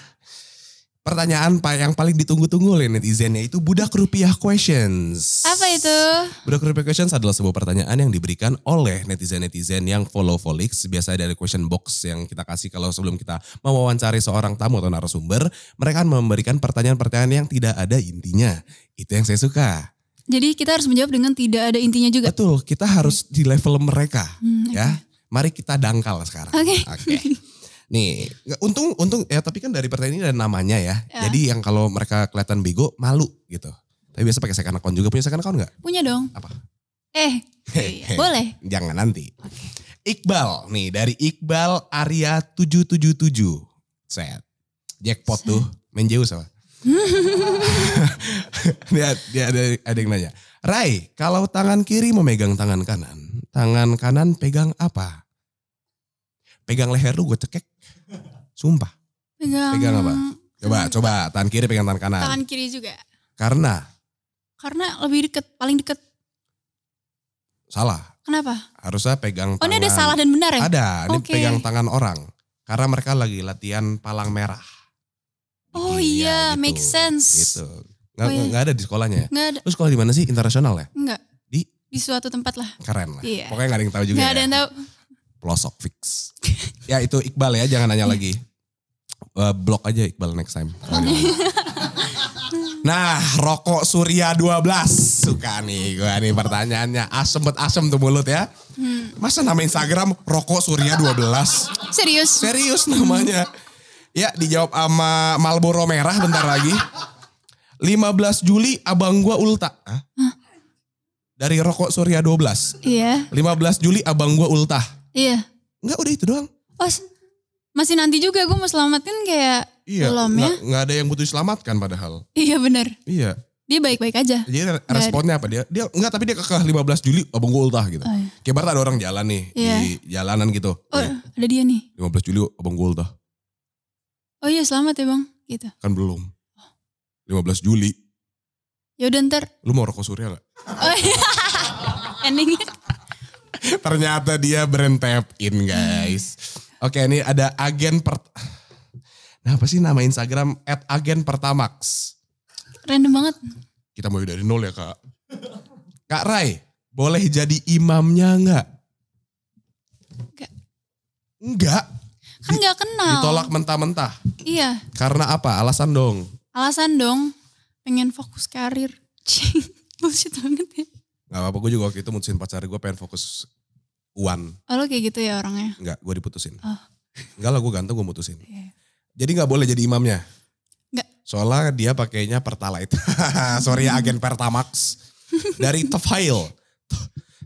pertanyaan pa- yang paling ditunggu-tunggu oleh netizen yaitu budak rupiah questions.
apa itu
Budak Rupiah Questions adalah sebuah pertanyaan yang diberikan oleh netizen-netizen yang follow Volix. Biasanya dari question box yang kita kasih kalau sebelum kita mewawancari seorang tamu atau narasumber. Mereka memberikan pertanyaan-pertanyaan yang tidak ada intinya. Itu yang saya suka.
jadi kita harus menjawab dengan tidak ada intinya juga
Betul, kita harus di level mereka.
Hmm,
Ya, mari kita dangkal sekarang.
Oke.
Nih, nggak- untung untung ya tapi kan dari pertanyaan ini ada namanya ya.
Ya.
Jadi yang kalau mereka kelihatan bego malu gitu. Tapi biasa pakai second account juga punya second account nggak?
Punya dong.
Apa? (laughs)
Eh, iya. boleh.
Jangan nanti. Iqbal nih dari Iqbal Arya 777. Set. Jackpot
Set.
tuh. Main jauh sama. (laughs) dia, dia ada, ada yang nanya. Rai, kalau tangan kiri memegang tangan kanan, tangan kanan pegang apa? Pegang leher lu gue cekek. Sumpah.
Pegang,
Pegang apa? Coba, coba. Tangan kiri pegang tangan kanan.
Tangan kiri juga.
Karena,
Karena lebih deket, paling deket.
salah.
Kenapa?
Harusnya pegang
Oh ini
tangan.
ada salah dan benar ya?
Ada, ini
Oke.
pegang tangan orang. Karena mereka lagi latihan palang merah.
Oh iya, make sense.
Gitu. Nggak,
Oh iya.
nggak ada di sekolahnya. ya?
Nggak ada,
Lu sekolah di mana sih? Internasional ya?
nggak.
Di?
Di suatu tempat lah.
Keren lah.
Iya.
Pokoknya nggak ada yang tahu juga
Nggak
ya.
ada yang tahu.
Pelosok fix. ya itu Iqbal ya, jangan nanya lagi. Eh, blok aja Iqbal next time.
(laughs)
nah, rokok Surya 12. Suka nih gua nih pertanyaannya. Asem bet asem tuh mulut ya.
Hmm.
Masa nama Instagram rokok Surya 12?
Serius?
Serius namanya. Ya dijawab sama Malboro Merah bentar lagi. 15 Juli abang gua ulta. Hah? Dari rokok Surya 12.
Iya,
15 Juli abang gua ulta.
iya.
Enggak udah itu doang.
Oh, s- masih nanti juga gue mau selamatin kayak (laughs)
Iya,
belum ya?
nggak- nggak ada yang butuh diselamatkan padahal.
Iya benar.
Iya.
Dia baik-baik aja.
Jadi re- responnya apa dia? Dia enggak tapi dia kekeh 15 Juli abang gua ultah gitu.
Oh, iya.
Kayak barat ada orang jalan nih
Iya.
di jalanan gitu.
Oh,
Nih,
ada dia nih.
15 Juli abang gua ultah.
Oh iya selamat ya bang. Gitu.
Kan belum. 15 Juli.
Yaudah Ya ntar.
Lu mau rokok surya gak?
Oh iya. (laughs) Endingnya.
Ternyata dia brand tap in guys. Oke ini ada agen per... Nah apa sih nama Instagram? At agen pertamax.
Random banget.
Kita mulai dari nol ya kak. Kak Rai, boleh jadi imamnya nggak?
Nggak.
Nggak.
Kan nggak kenal.
Ditolak mentah-mentah.
Iya.
Karena apa? Alasan dong.
Alasan dong, pengen fokus karir. (laughs) Cing, bullshit banget ya.
Gak apa-apa, gue juga waktu itu mutusin pacar gue pengen fokus uan.
Oh, lo kayak gitu ya orangnya.
Nggak, gue diputusin.
Oh.
Enggak lah, gue ganteng gue mutusin.
Iya.
Jadi nggak boleh jadi imamnya?
Nggak. Hmm.
Soalnya dia pakainya Pertalite. (laughs) Sorry ya agen Pertamax. Dari
(laughs)
Tefail.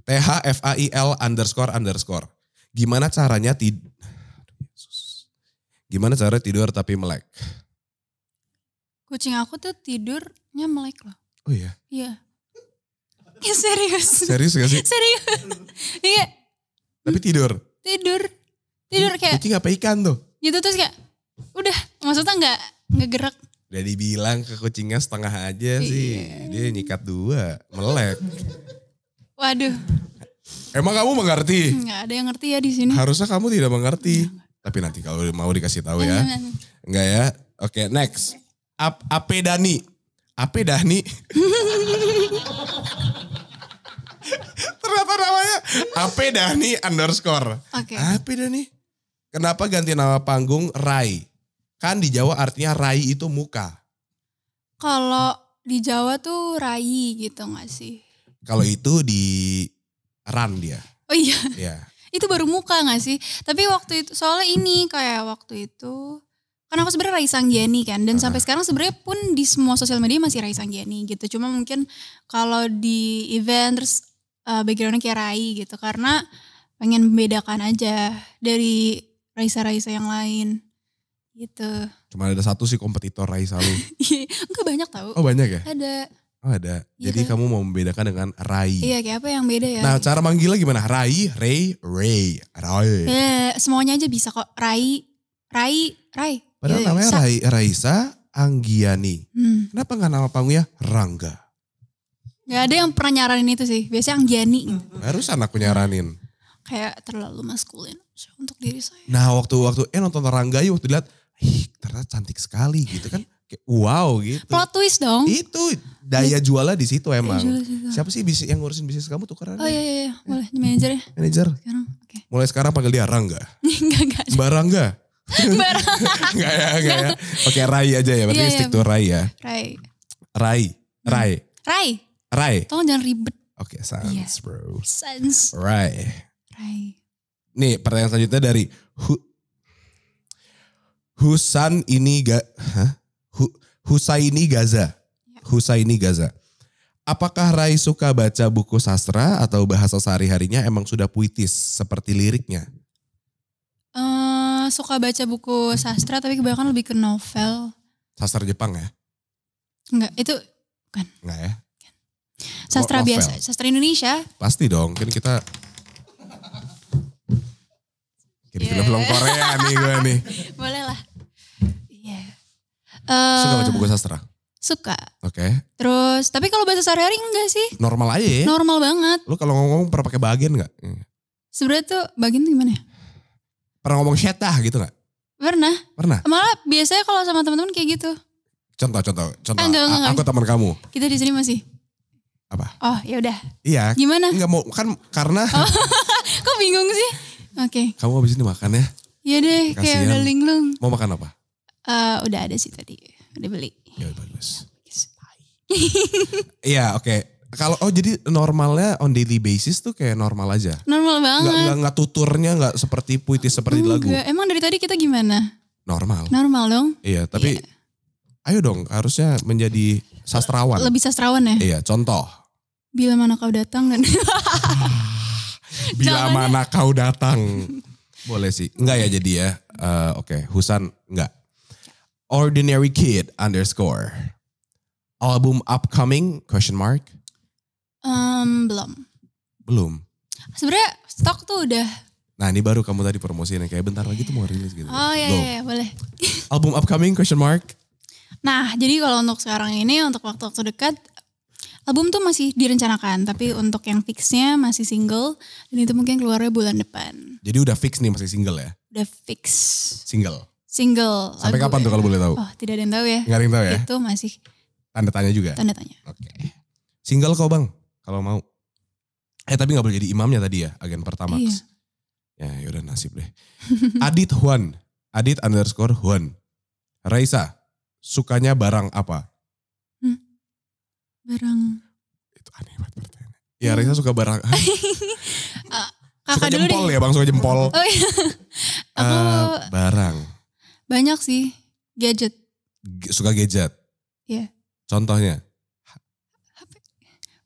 T H F A I L underscore underscore. Gimana caranya tid Gimana cara tidur tapi melek?
Kucing aku tuh tidurnya melek loh.
Oh iya.
Iya. (laughs) Ya serius.
Serius gak sih?
serius. Iya,
Tapi tidur.
tidur. Tidur kayak
Kucing apa ikan tuh?
gitu terus kayak udah, maksudnya nggak nggak gerak.
Udah dibilang ke kucingnya setengah aja sih.
Iya.
Dia nyikat dua. Melek.
Waduh,
Emang kamu mengerti?
nggak ada yang ngerti ya di sini.
Harusnya kamu tidak mengerti.
Iya.
Tapi nanti kalau mau dikasih tahu ya. Enggak ya. Oke, next. Ap Ape Dani. Ape (laughs) Dani. Ternyata namanya Ape Dani underscore.
Oke.
Ape Dani. Kenapa ganti nama panggung Rai? Kan di Jawa artinya rai itu muka.
Kalau di Jawa tuh rai gitu gak sih?
Kalau itu di ran
(laughs)
dia.
Oh iya,
Ya.
itu baru muka gak sih? Tapi waktu itu, soalnya ini kayak waktu itu, karena aku sebenarnya Rai Sanggiani kan, dan
Ah.
sampai sekarang sebenarnya pun di semua sosial media masih Rai Sanggiani gitu. Cuma mungkin kalau di event terus eh, backgroundnya kayak Rai gitu, karena pengen membedakan aja dari Raisa-Raisa yang lain gitu. (laughs)
Cuma ada satu sih kompetitor rai selalu.
Enggak banyak tau.
Oh banyak ya?
Ada,
Oh ada. Jadi
Iya.
kamu mau membedakan dengan rai.
iya kayak apa yang beda ya?
Nah cara manggilnya gimana? Rai, rei, rei, rai.
Ya, semuanya aja bisa kok. Rai, Rai, Rai.
Padahal
Gitu ya,
namanya
bisa.
rai, Raisa Anggiani.
Hmm.
Kenapa nggak nama panggungnya Rangga?
Gak ada yang pernah nyaranin itu sih. Biasanya Anggiani gitu.
Harus aku nyaranin.
Kayak terlalu maskulin so, untuk diri saya.
Nah waktu waktu eh nonton Rangga ya waktu dilihat, ih ternyata cantik sekali gitu kan. Kayak wow gitu.
Plot twist dong.
Itu daya jualnya di situ
Eh,
emang.
jual juga.
Siapa sih bisnis- yang ngurusin bisnis kamu tuh keren
Oh iya, iya, iya. Boleh di manajer ya
manajer.
sekarang. Oke. (laughs)
Mulai sekarang panggil dia Rangga.
Enggak, enggak.
(laughs)
ada.
Mbak
(laughs)
Rangga.
Barang.
Enggak ya, enggak ya. Oke Rai aja ya, berarti
Iya, Hmm. iya.
stick to Rai ya.
Rai.
Rai, Rai,
Rai.
Rai.
Tolong jangan ribet.
Oke, sans
Iya.
bro.
Sans.
Rai.
Rai.
Nih pertanyaan selanjutnya dari Hu, Husan ini ga, hah? Hu, Husaini
Ya.
Gaza. Husaini Gaza. Apakah Rai suka baca buku sastra atau bahasa sehari-harinya emang sudah puitis seperti liriknya?
Eh, suka baca buku sastra tapi kebanyakan lebih ke novel.
Sastra Jepang ya?
Enggak, itu
Enggak ya?
sastra
Oh, Novel.
biasa. Sastra Indonesia.
Pasti dong, kan kita... Kayak di
Iya.
film-film
Yeah.
Korea nih gue nih.
Boleh lah. Iya.
Suka
Eh,
baca buku sastra?
Suka.
Oke.
Terus, tapi kalau bahasa sehari-hari enggak sih.
Normal aja ya.
Normal banget.
Lu kalau ngomong pernah pakai Hmm. bagian gak?
Sebenarnya tuh bagian tuh gimana ya?
Pernah ngomong syedah gitu gak?
Pernah.
Pernah?
Malah biasanya kalau sama teman-teman kayak gitu.
Contoh, contoh, contoh.
Ah, enggak, enggak,
A-
enggak.
Aku teman kamu.
Kita di sini masih.
Apa?
Oh, ya udah. (laughs)
Iya.
Gimana?
Enggak mau kan karena
Oh. Kok bingung sih? Oke.
kamu habis ini makan ya.
Ya deh, kayak
Kasihan.
udah linglung.
Mau makan apa?
Eh, udah ada sih tadi. Udah beli.
Ya bagus. Iya, oke. Kalau oh jadi normalnya on daily basis tuh kayak normal aja. Enggak
Normal banget.
enggak enggak tuturnya enggak seperti puitis seperti di lagu.
Enggak. Nah, Emang dari tadi kita gimana?
Normal.
Normal dong.
Iya, tapi ayo dong harusnya menjadi sastrawan.
Lebih sastrawan ya.
Iya, contoh.
Bila mana kau datang kan.
Bila
Jangan ya.
mana kau datang. Boleh sih. Enggak ya jadi ya. Eh, Oke, Husan enggak. Ordinary Kid underscore. Album upcoming question mark?
(laughs) Em, belum.
Belum.
Sebenarnya stok tuh udah.
Nah ini baru kamu tadi promosiin yang kayak bentar lagi tuh mau rilis gitu.
Oh iya,
Go.
iya, iya, boleh.
Album upcoming question mark?
Nah, jadi kalau untuk sekarang ini, untuk waktu-waktu dekat, album tuh masih direncanakan. Tapi untuk yang fixnya masih single, dan itu mungkin keluarnya bulan depan.
Jadi udah fix nih masih single ya?
Udah fix.
Single.
Single.
Sampai
lagu.
kapan tuh kalau boleh tahu?
Oh, tidak ada yang tahu ya.
Enggak ada yang tahu ya?
Itu masih
Tanda tanya juga.
tanda tanya.
Oke. Single kau bang, kalau mau. Eh tapi nggak boleh jadi imamnya tadi ya, agen pertama.
Iya.
Ya yaudah nasib deh. (laughs) Adit Huan, Adit underscore Huan. Raisa, sukanya barang apa?
(laughs) Barang.
Itu aneh banget pertanyaan. Ya Raisa suka barang, Hah, suka
Hmm. Ah, Kakak dulu
jempol
deh.
ya bang, (laughs) suka jempol.
(laughs) Oh iya. Aku
Eh, barang,
banyak sih gadget.
G- suka gadget.
Iya.
Contohnya,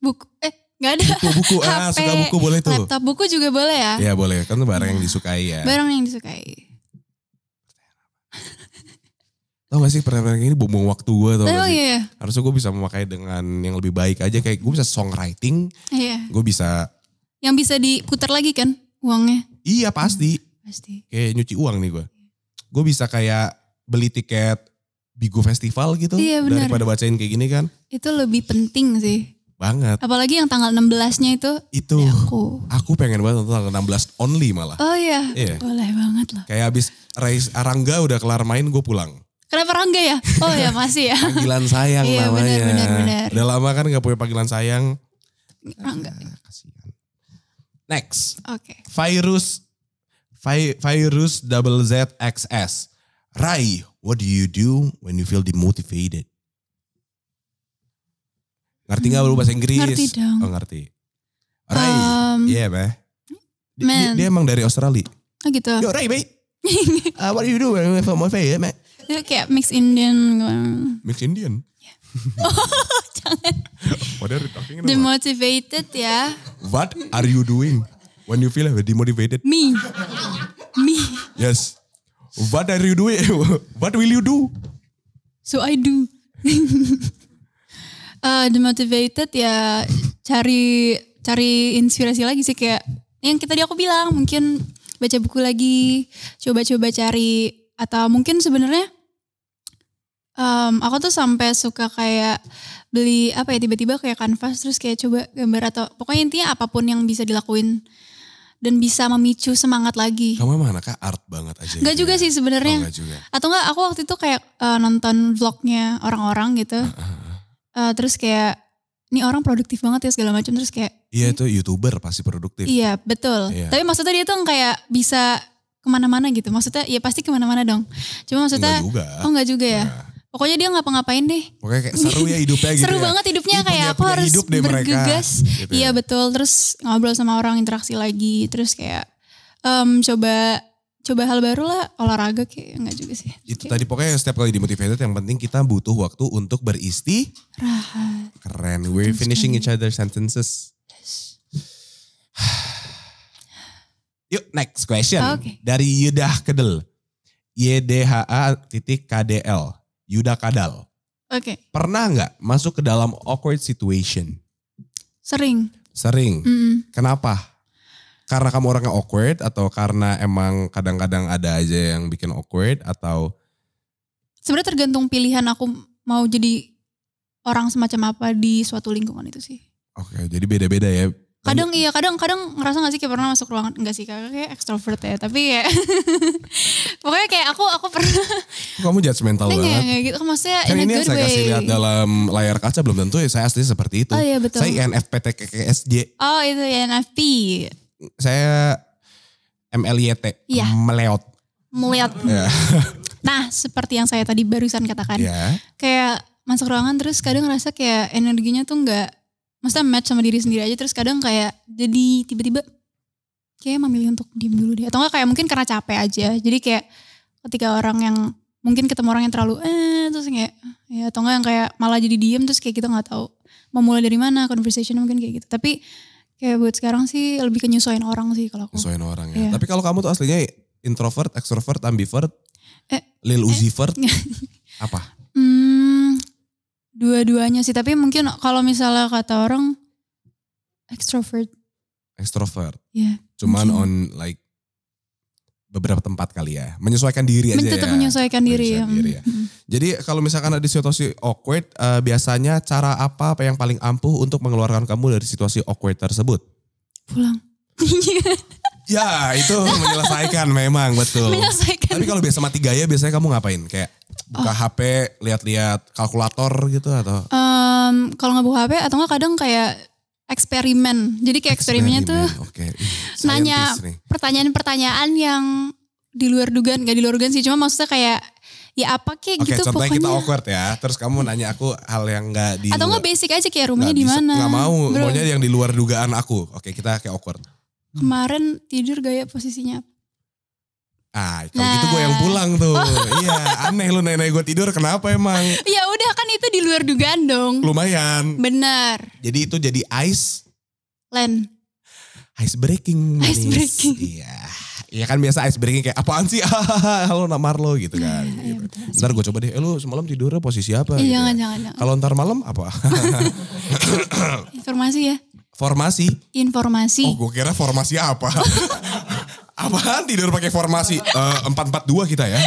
Buku. Eh, gak ada. (laughs)
buku-buku, ah,
HP,
suka buku boleh tuh.
Laptop Iya. buku juga boleh ya.
Ya boleh, kan itu barang yang disukai ya.
Barang yang disukai.
Tau gak sih pertanyaan ini bumbung waktu gue tau gak
Oh
sih?
iya,
Harusnya gue bisa memakai dengan yang lebih baik aja. Kayak gue bisa songwriting,
iya.
gue bisa
Yang bisa diputar lagi kan uangnya.
iya pasti
Pasti.
kayak nyuci uang nih gue gue bisa kayak beli tiket Bigo Festival gitu
Iya, benar.
daripada bacain kayak gini kan
Itu lebih penting sih.
banget
Apalagi yang tanggal 16-nya itu ya
itu
aku.
aku pengen banget nonton tanggal 16 only malah
Oh iya,
Iya.
boleh banget loh.
kayak abis Rais Arangga udah kelar main gue pulang
Kenapa Rangga ya? Oh ya masih
(laughs)
ya. (laughs)
panggilan sayang
Iya,
namanya
benar, benar, benar.
udah lama kan gak punya panggilan sayang
Rangga.
Ah, kasihan next
Oke.
virus Vi- virus double ZXS Rai, what do you do when you feel demotivated? Ngerti nggak lu bahasa Inggris?
Ngerti dong.
Oh ngerti. Rai,
Um,
yeah meh. Di- Dia,
man.
dia emang dari Australia.
Oh gitu.
Yo Rai meh.
(laughs)
Uh, what do you do when you feel motivated meh?
Itu kayak mix Indian. um,
Mix Indian.
(laughs) Oh,
Jangan. (laughs) What are you talking about?
Demotivated ya.
What are you doing when you feel demotivated?
Me. Me.
Yes. What are you doing? (laughs) What will you do?
So I do. (laughs) Eh, demotivated ya cari cari inspirasi lagi sih kayak yang kita tadi aku bilang mungkin baca buku lagi coba-coba cari atau mungkin sebenarnya em, aku tuh sampai suka kayak beli apa ya tiba-tiba kayak kanvas terus kayak coba gambar atau pokoknya intinya apapun yang bisa dilakuin dan bisa memicu semangat lagi.
Kamu emang anaknya art banget aja. gitu
Enggak juga sih sebenarnya.
Enggak juga.
Atau enggak aku waktu itu kayak eh, nonton vlognya orang-orang gitu. Eh, terus kayak ini orang produktif banget ya segala macam terus kayak
Iya itu youtuber pasti produktif.
iya betul.
Iya.
Tapi maksudnya dia tuh kayak bisa kemana-mana gitu. Maksudnya ya pasti kemana-mana dong. Cuma
Enggak
maksudnya
juga.
oh enggak juga ya.
Nah.
Pokoknya dia ngapa-ngapain deh.
Pokoknya kayak seru ya hidupnya gitu
Seru
ya.
banget hidupnya
Ih,
kayak
punya-
aku
punya
harus
hidup deh mereka.
bergegas.
Gitu ya.
Iya betul. Terus ngobrol sama orang interaksi lagi. Terus kayak em, coba coba hal baru lah olahraga kayak enggak juga sih.
Itu
Kayak
tadi pokoknya setiap kali demotivated yang penting kita butuh waktu untuk beristi.
Rahat.
Keren. We're
Betul
finishing
sekali.
each other sentences. Yuk next question.
Oh, Oke.
Dari Yudah Kedel. YDHA titik KDL. Yudah Kadal.
Oke,
Pernah nggak masuk ke dalam awkward situation?
sering.
Sering.
Mm-mm.
Kenapa? Karena kamu orangnya awkward atau karena emang kadang-kadang ada aja yang bikin awkward atau
Sebenarnya tergantung pilihan aku mau jadi orang semacam apa di suatu lingkungan itu sih.
oke jadi beda-beda ya.
Kadang iya, kadang kadang ngerasa gak sih kayak pernah masuk ruangan enggak sih kakak kayak ekstrovert ya, tapi ya (laughs) pokoknya kayak aku aku pernah
Kamu judgmental
enggak
banget.
kayak gitu. Maksudnya
Kan
in
ini
a
yang
good
saya kasih
way.
lihat dalam layar kaca belum tentu ya saya aslinya seperti itu.
Oh iya betul.
Saya INFPTKKSJ,
Oh itu ya NFP.
saya MLYT,
Iya.
E meleot.
Melihat.
Ya.
Nah, seperti yang saya tadi barusan katakan.
Ya.
kayak masuk ruangan terus kadang ngerasa kayak energinya tuh nggak maksudnya match sama diri sendiri aja terus kadang kayak jadi tiba-tiba kayak memilih untuk diem dulu deh atau enggak kayak mungkin karena capek aja jadi kayak ketika orang yang mungkin ketemu orang yang terlalu eh terus kayak ya atau enggak yang kayak malah jadi diem terus kayak kita nggak tahu memulai dari mana conversation mungkin kayak gitu tapi kayak buat sekarang sih lebih ke nyusahin orang sih kalau aku
Sesuaiin orang ya.
Iya.
Tapi kalau kamu tuh aslinya introvert, extrovert, ambivert,
Eh,
lil
(laughs)
uzivert, apa?
Hmm, dua-duanya sih tapi mungkin kalau misalnya kata orang extrovert
Extrovert.
ya
Cuman
Mungkin.
on like beberapa tempat kali ya. Menyesuaikan diri aja
Men- tetap
ya.
menyesuaikan diri.
Menyesuaikan
ya.
diri ya. Jadi kalau misalkan ada situasi awkward, eh, biasanya cara apa apa yang paling ampuh untuk mengeluarkan kamu dari situasi awkward tersebut?
Pulang. (laughs)
Ya itu menyelesaikan memang betul.
menyesuaikan.
Tapi kalau biasa mati gaya biasanya kamu ngapain? Kayak buka
Oh.
HP, lihat-lihat kalkulator gitu atau
Em, kalau nggak buka HP atau nggak kadang kayak eksperimen. Jadi kayak eksperimennya tuh
Eksperimen, Oke. Ih,
nanya
scientist
gitu
nih.
pertanyaan-pertanyaan yang di luar dugaan, nggak di luar dugaan sih. Cuma maksudnya kayak ya apa
Oke,
kayak gitu
contohnya
pokoknya.
kita awkward ya. Terus kamu nanya aku hal yang enggak di
atau
luar-
nggak basic aja kayak rumahnya
Nggak
di
bisa-
mana?
nggak mau,
Bro,
maunya yang di luar dugaan aku. Oke, kita kayak awkward.
Kemarin tidur gaya posisinya.
Ah, kalau
Nah.
gitu gue yang pulang
(laughs)
tuh. iya, aneh lu nenek gue tidur kenapa emang?
Ya udah kan itu di luar dugaan dong.
Lumayan.
Benar.
Jadi itu jadi ice
Len.
ice breaking. manis.
Ice breaking.
Iya. Iya kan biasa ice breaking kayak apaan sih? (laughs) Halo nak Marlo gitu kan.
Iya,
gitu.
betul.
Ntar gue coba deh, eh, lu semalam tidurnya posisi apa?
Ih,
gitu
jangan,
ya.
jangan, jangan.
Kalau ntar malam apa? (laughs)
Informasi ya.
Formasi.
Informasi.
Oh gue kira formasi
(laughs)
apa? Apaan tidur pakai formasi? Eh, Empat empat dua kita ya.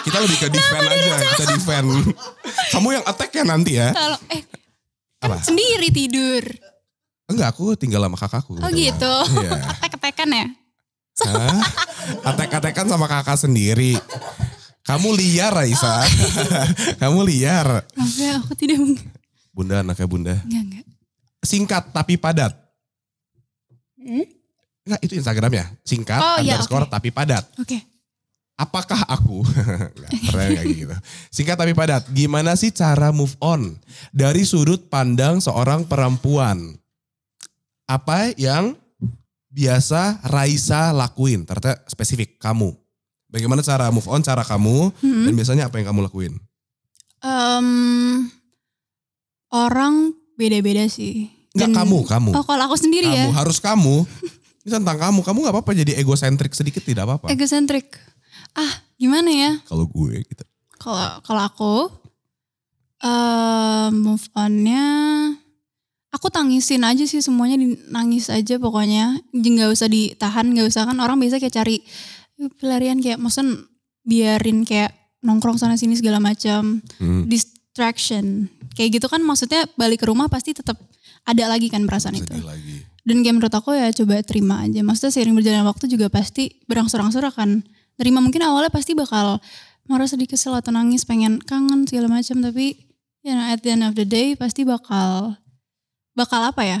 Kita lebih ke defend aja, kita defend. Kamu yang attack ya nanti ya?
Kalau eh kan
Apa?
sendiri tidur.
Enggak, aku tinggal sama kakakku.
Oh gitu.
Iya.
(laughs) Ketek-ketekan ya.
Hah? Atek-atekan sama kakak sendiri. Kamu liar
Oh.
Raisa. (laughs) Kamu liar.
Maaf ya, aku tidak meng...
Bunda anaknya bunda.
Enggak, enggak.
Singkat tapi padat.
Hmm?
Enggak, itu Instagramnya. Singkat
Oh, iya,
underscore
oke.
tapi padat.
Oke.
Apakah aku, (laughs) Nggak, pertanyaan kayak gitu. Singkat tapi padat, gimana sih cara move on dari sudut pandang seorang perempuan? Apa yang biasa Raisa lakuin? Ternyata spesifik, kamu. Bagaimana cara move on, cara kamu, dan
Mm-mm.
biasanya apa yang kamu lakuin?
Em, orang beda-beda sih.
Enggak
Dan-
kamu, kamu.
Oh kalau aku sendiri
kamu,
ya,
harus kamu. Ini tentang kamu, kamu gak apa-apa jadi egosentrik sedikit, tidak apa-apa.
Eh. egosentrik. Ah gimana ya?
Kalau gue gitu.
Kalau kalau aku eh move onnya aku tangisin aja sih semuanya di- nangis aja pokoknya Jadi nggak usah ditahan nggak usah kan orang biasa kayak cari "Yuk, pelarian kayak maksudnya biarin kayak nongkrong sana sini segala macam
Hmm.
distraction kayak gitu kan maksudnya balik ke rumah pasti tetap ada lagi kan perasaan itu
Sedih lagi.
dan kayak menurut aku ya coba terima aja. Maksudnya seiring berjalannya waktu juga pasti berangsur-angsur akan terima. Mungkin awalnya pasti bakal marah sedih kesel atau nangis pengen kangen segala macam tapi ya at the end of the day pasti bakal bakal apa ya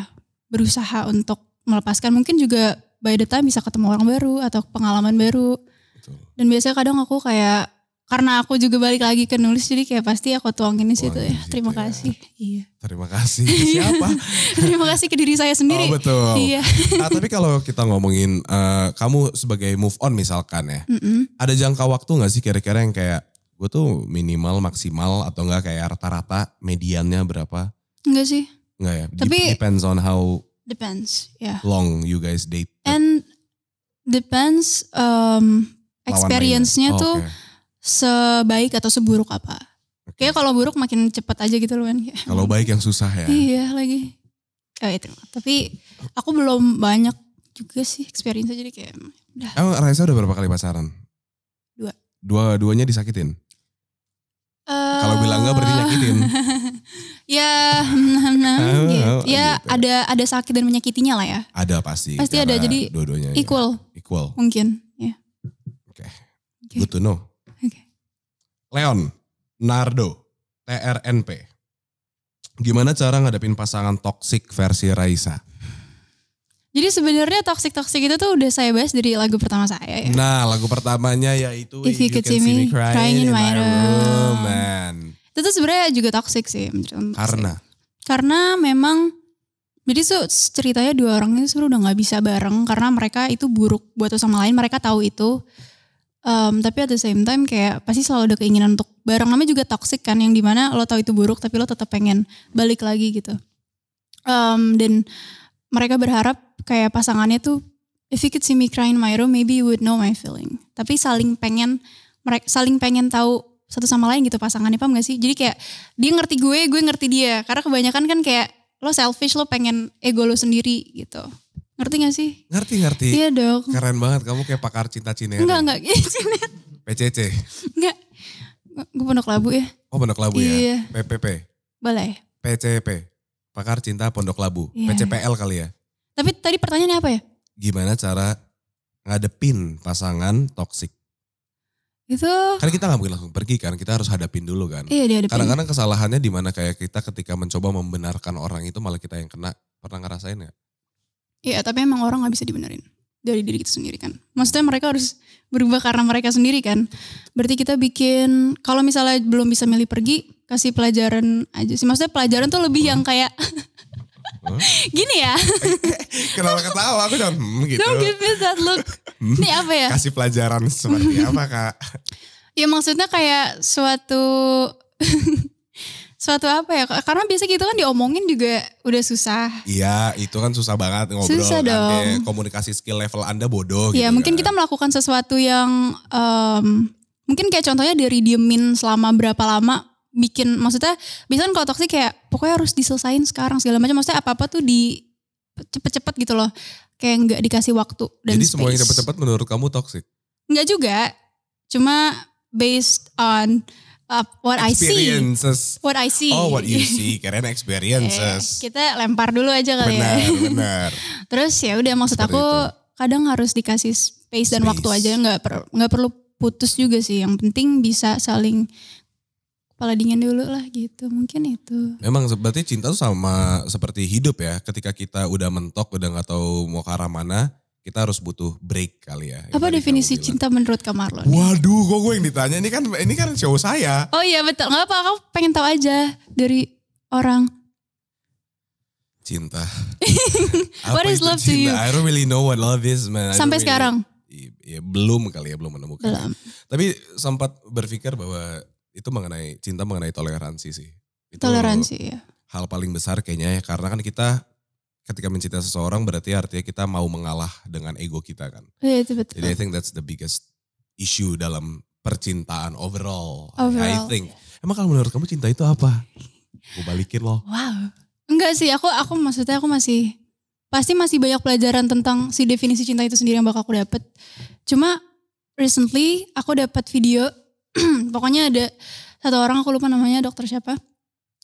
berusaha untuk melepaskan mungkin juga by the time bisa ketemu orang baru atau pengalaman baru
Betul.
dan biasanya kadang aku kayak karena aku juga balik lagi ke nulis jadi kayak pasti aku tuangin di situ
Tuangin di
ya
situ
terima
ya.
kasih iya (laughs)
Terima kasih. Siapa?
terima kasih ke diri
Oh
saya Iya, sendiri
betul.
iya
Nah, tapi kalau kita ngomongin eh, kamu sebagai move on misalkan ya,
Mm-mm.
ada jangka waktu nggak sih kira-kira yang kayak gue tuh minimal maksimal atau enggak kayak rata-rata mediannya berapa?
Enggak sih,
Enggak ya. Dep-
Tapi-
depends on how
depends, ya.
long you guys date.
And depends um,
Lawan
experience-nya
mainnya.
tuh
Oh, oke.
sebaik atau seburuk apa.
Oke.
Kayaknya kalau buruk makin cepat aja gitu loh kan. Kayak,
Kalau baik yang susah ya.
Iya lagi. Oh, itu. Tapi aku belum banyak juga sih experience jadi kayak
Emang Raisa udah berapa kali pacaran?
Dua.
Dua duanya disakitin. Kalau
eh,
bilang enggak berarti nyakitin.
(laughs) ya, nah, nah,
Oh,
gitu.
oh,
ya
gitu.
ada ada sakit dan menyakitinya lah ya.
Ada pasti.
Pasti ada,
karena
jadi
dua-duanya ya.
Equal
Equal.
mungkin. Ya. Gitu. Oke.
Good to know.
Oke.
Leon, Nardo, TRNP. Gimana cara ngadepin pasangan toksik versi Raisa?
Jadi sebenarnya toxic toxic itu tuh udah saya bahas dari lagu pertama saya ya.
Nah, lagu pertamanya yaitu
If You Could See Me Crying in My Room.
man.
itu tuh sebenarnya juga toxic sih menurut saya.
Karena
karena memang jadi so, ceritanya dua orang itu sebenarnya udah nggak bisa bareng karena mereka itu buruk buat satu sama lain mereka tahu itu Em, tapi at the same time kayak pasti selalu ada keinginan untuk bareng namanya juga toxic kan yang dimana lo tahu itu buruk tapi lo tetap pengen balik lagi gitu Em, dan mereka berharap kayak pasangannya tuh if you could see me cry in my room maybe you would know my feeling tapi saling pengen mereka saling pengen tahu satu sama lain gitu pasangannya paham gak sih jadi kayak dia ngerti gue gue ngerti dia karena kebanyakan kan kayak lo selfish lo pengen ego lo sendiri gitu ngerti gak sih
ngerti-ngerti.
iya dong
Keren banget kamu kayak pakar cinta-cinta.
enggak enggak (laughs)
PCC.
enggak gue pondok labu ya
Oh, Pondok Labu ya.
iya
PPP,
boleh
PCP. Pakar cinta Pondok Labu.
Iya.
PCPL kali ya.
tapi tadi pertanyaannya apa ya
Gimana cara ngadepin pasangan toksik?
itu
Karena kita nggak mungkin langsung pergi kan, kita harus hadapin dulu kan.
iya dia ada
Kadang-kadang kesalahannya di mana kayak kita ketika mencoba membenarkan orang itu malah kita yang kena. Pernah ngerasain ya?
Iya, tapi emang orang nggak bisa dibenerin dari diri kita sendiri kan. Maksudnya mereka harus berubah karena mereka sendiri kan. Berarti kita bikin kalau misalnya belum bisa milih pergi, kasih pelajaran aja sih. Maksudnya pelajaran tuh lebih yang kayak (laughs)
Hah?
gini ya.
Kenapa ketawa? Aku jangan hmm,
(laughs)
gitu.
Don't give me that look.
Hmm.
Ini apa ya?
Kasih pelajaran seperti apa kak?
Ya maksudnya kayak suatu (laughs) suatu apa ya? Karena biasa gitu kan diomongin juga udah susah.
Iya itu kan susah banget ngobrol.
Susah
kan.
dong.
Kayak komunikasi skill level anda bodoh gitu
Ya mungkin
kan.
kita melakukan sesuatu yang em, mungkin kayak contohnya dari diemin selama berapa lama bikin maksudnya biasanya kan kalau toksik kayak pokoknya harus diselesain sekarang segala macam maksudnya apa apa tuh di cepet-cepet gitu loh kayak nggak dikasih waktu dan
Jadi
space.
semua yang cepat-cepat menurut kamu toxic?
nggak juga cuma based on uh, what I see
Experiences.
what I see
Oh what
(laughs)
you see, keren
Eh,
experiences.
kita lempar dulu aja kali (laughs)
benar,
ya
benar.
Terus ya udah maksud
Seperti
aku
itu.
kadang harus dikasih space dan
Space.
waktu aja nggak per- nggak perlu putus juga sih. Yang penting bisa saling kepala dingin dulu lah gitu. Mungkin itu.
Memang se- berarti cinta tuh sama seperti hidup ya. Ketika kita udah mentok, udah nggak tahu mau ke arah mana, kita harus butuh break kali ya. Yang
Apa
tadi
definisi
kamu bilang.
cinta menurut Kak Marlon?
Waduh, kok gue yang ditanya ini kan ini kan show saya.
Oh iya betul, nggak apa, kamu pengen tahu aja dari orang.
Cinta.
(laughs) What
Apa
is
itu
love to you?
I don't really know what love is, man. I don't
Sampai
really-
sekarang
I- ya, belum kali ya, belum menemukan.
belum.
Tapi sempat berpikir bahwa itu mengenai cinta mengenai toleransi sih. Itu
Toleransi ya.
Hal paling besar kayaknya ya karena kan kita ketika mencintai seseorang berarti artinya kita mau mengalah dengan ego kita kan.
Iya itu betul.
Jadi I think that's the biggest issue dalam percintaan overall. I
Overall. iya.
think. Emang kalau menurut kamu cinta itu apa? Gue balikin loh.
Wow. Enggak sih, aku aku maksudnya aku masih pasti masih banyak pelajaran tentang si definisi cinta itu sendiri yang bakal aku dapet. Cuma recently aku dapat video (clears throat) pokoknya ada satu orang aku lupa namanya dokter siapa.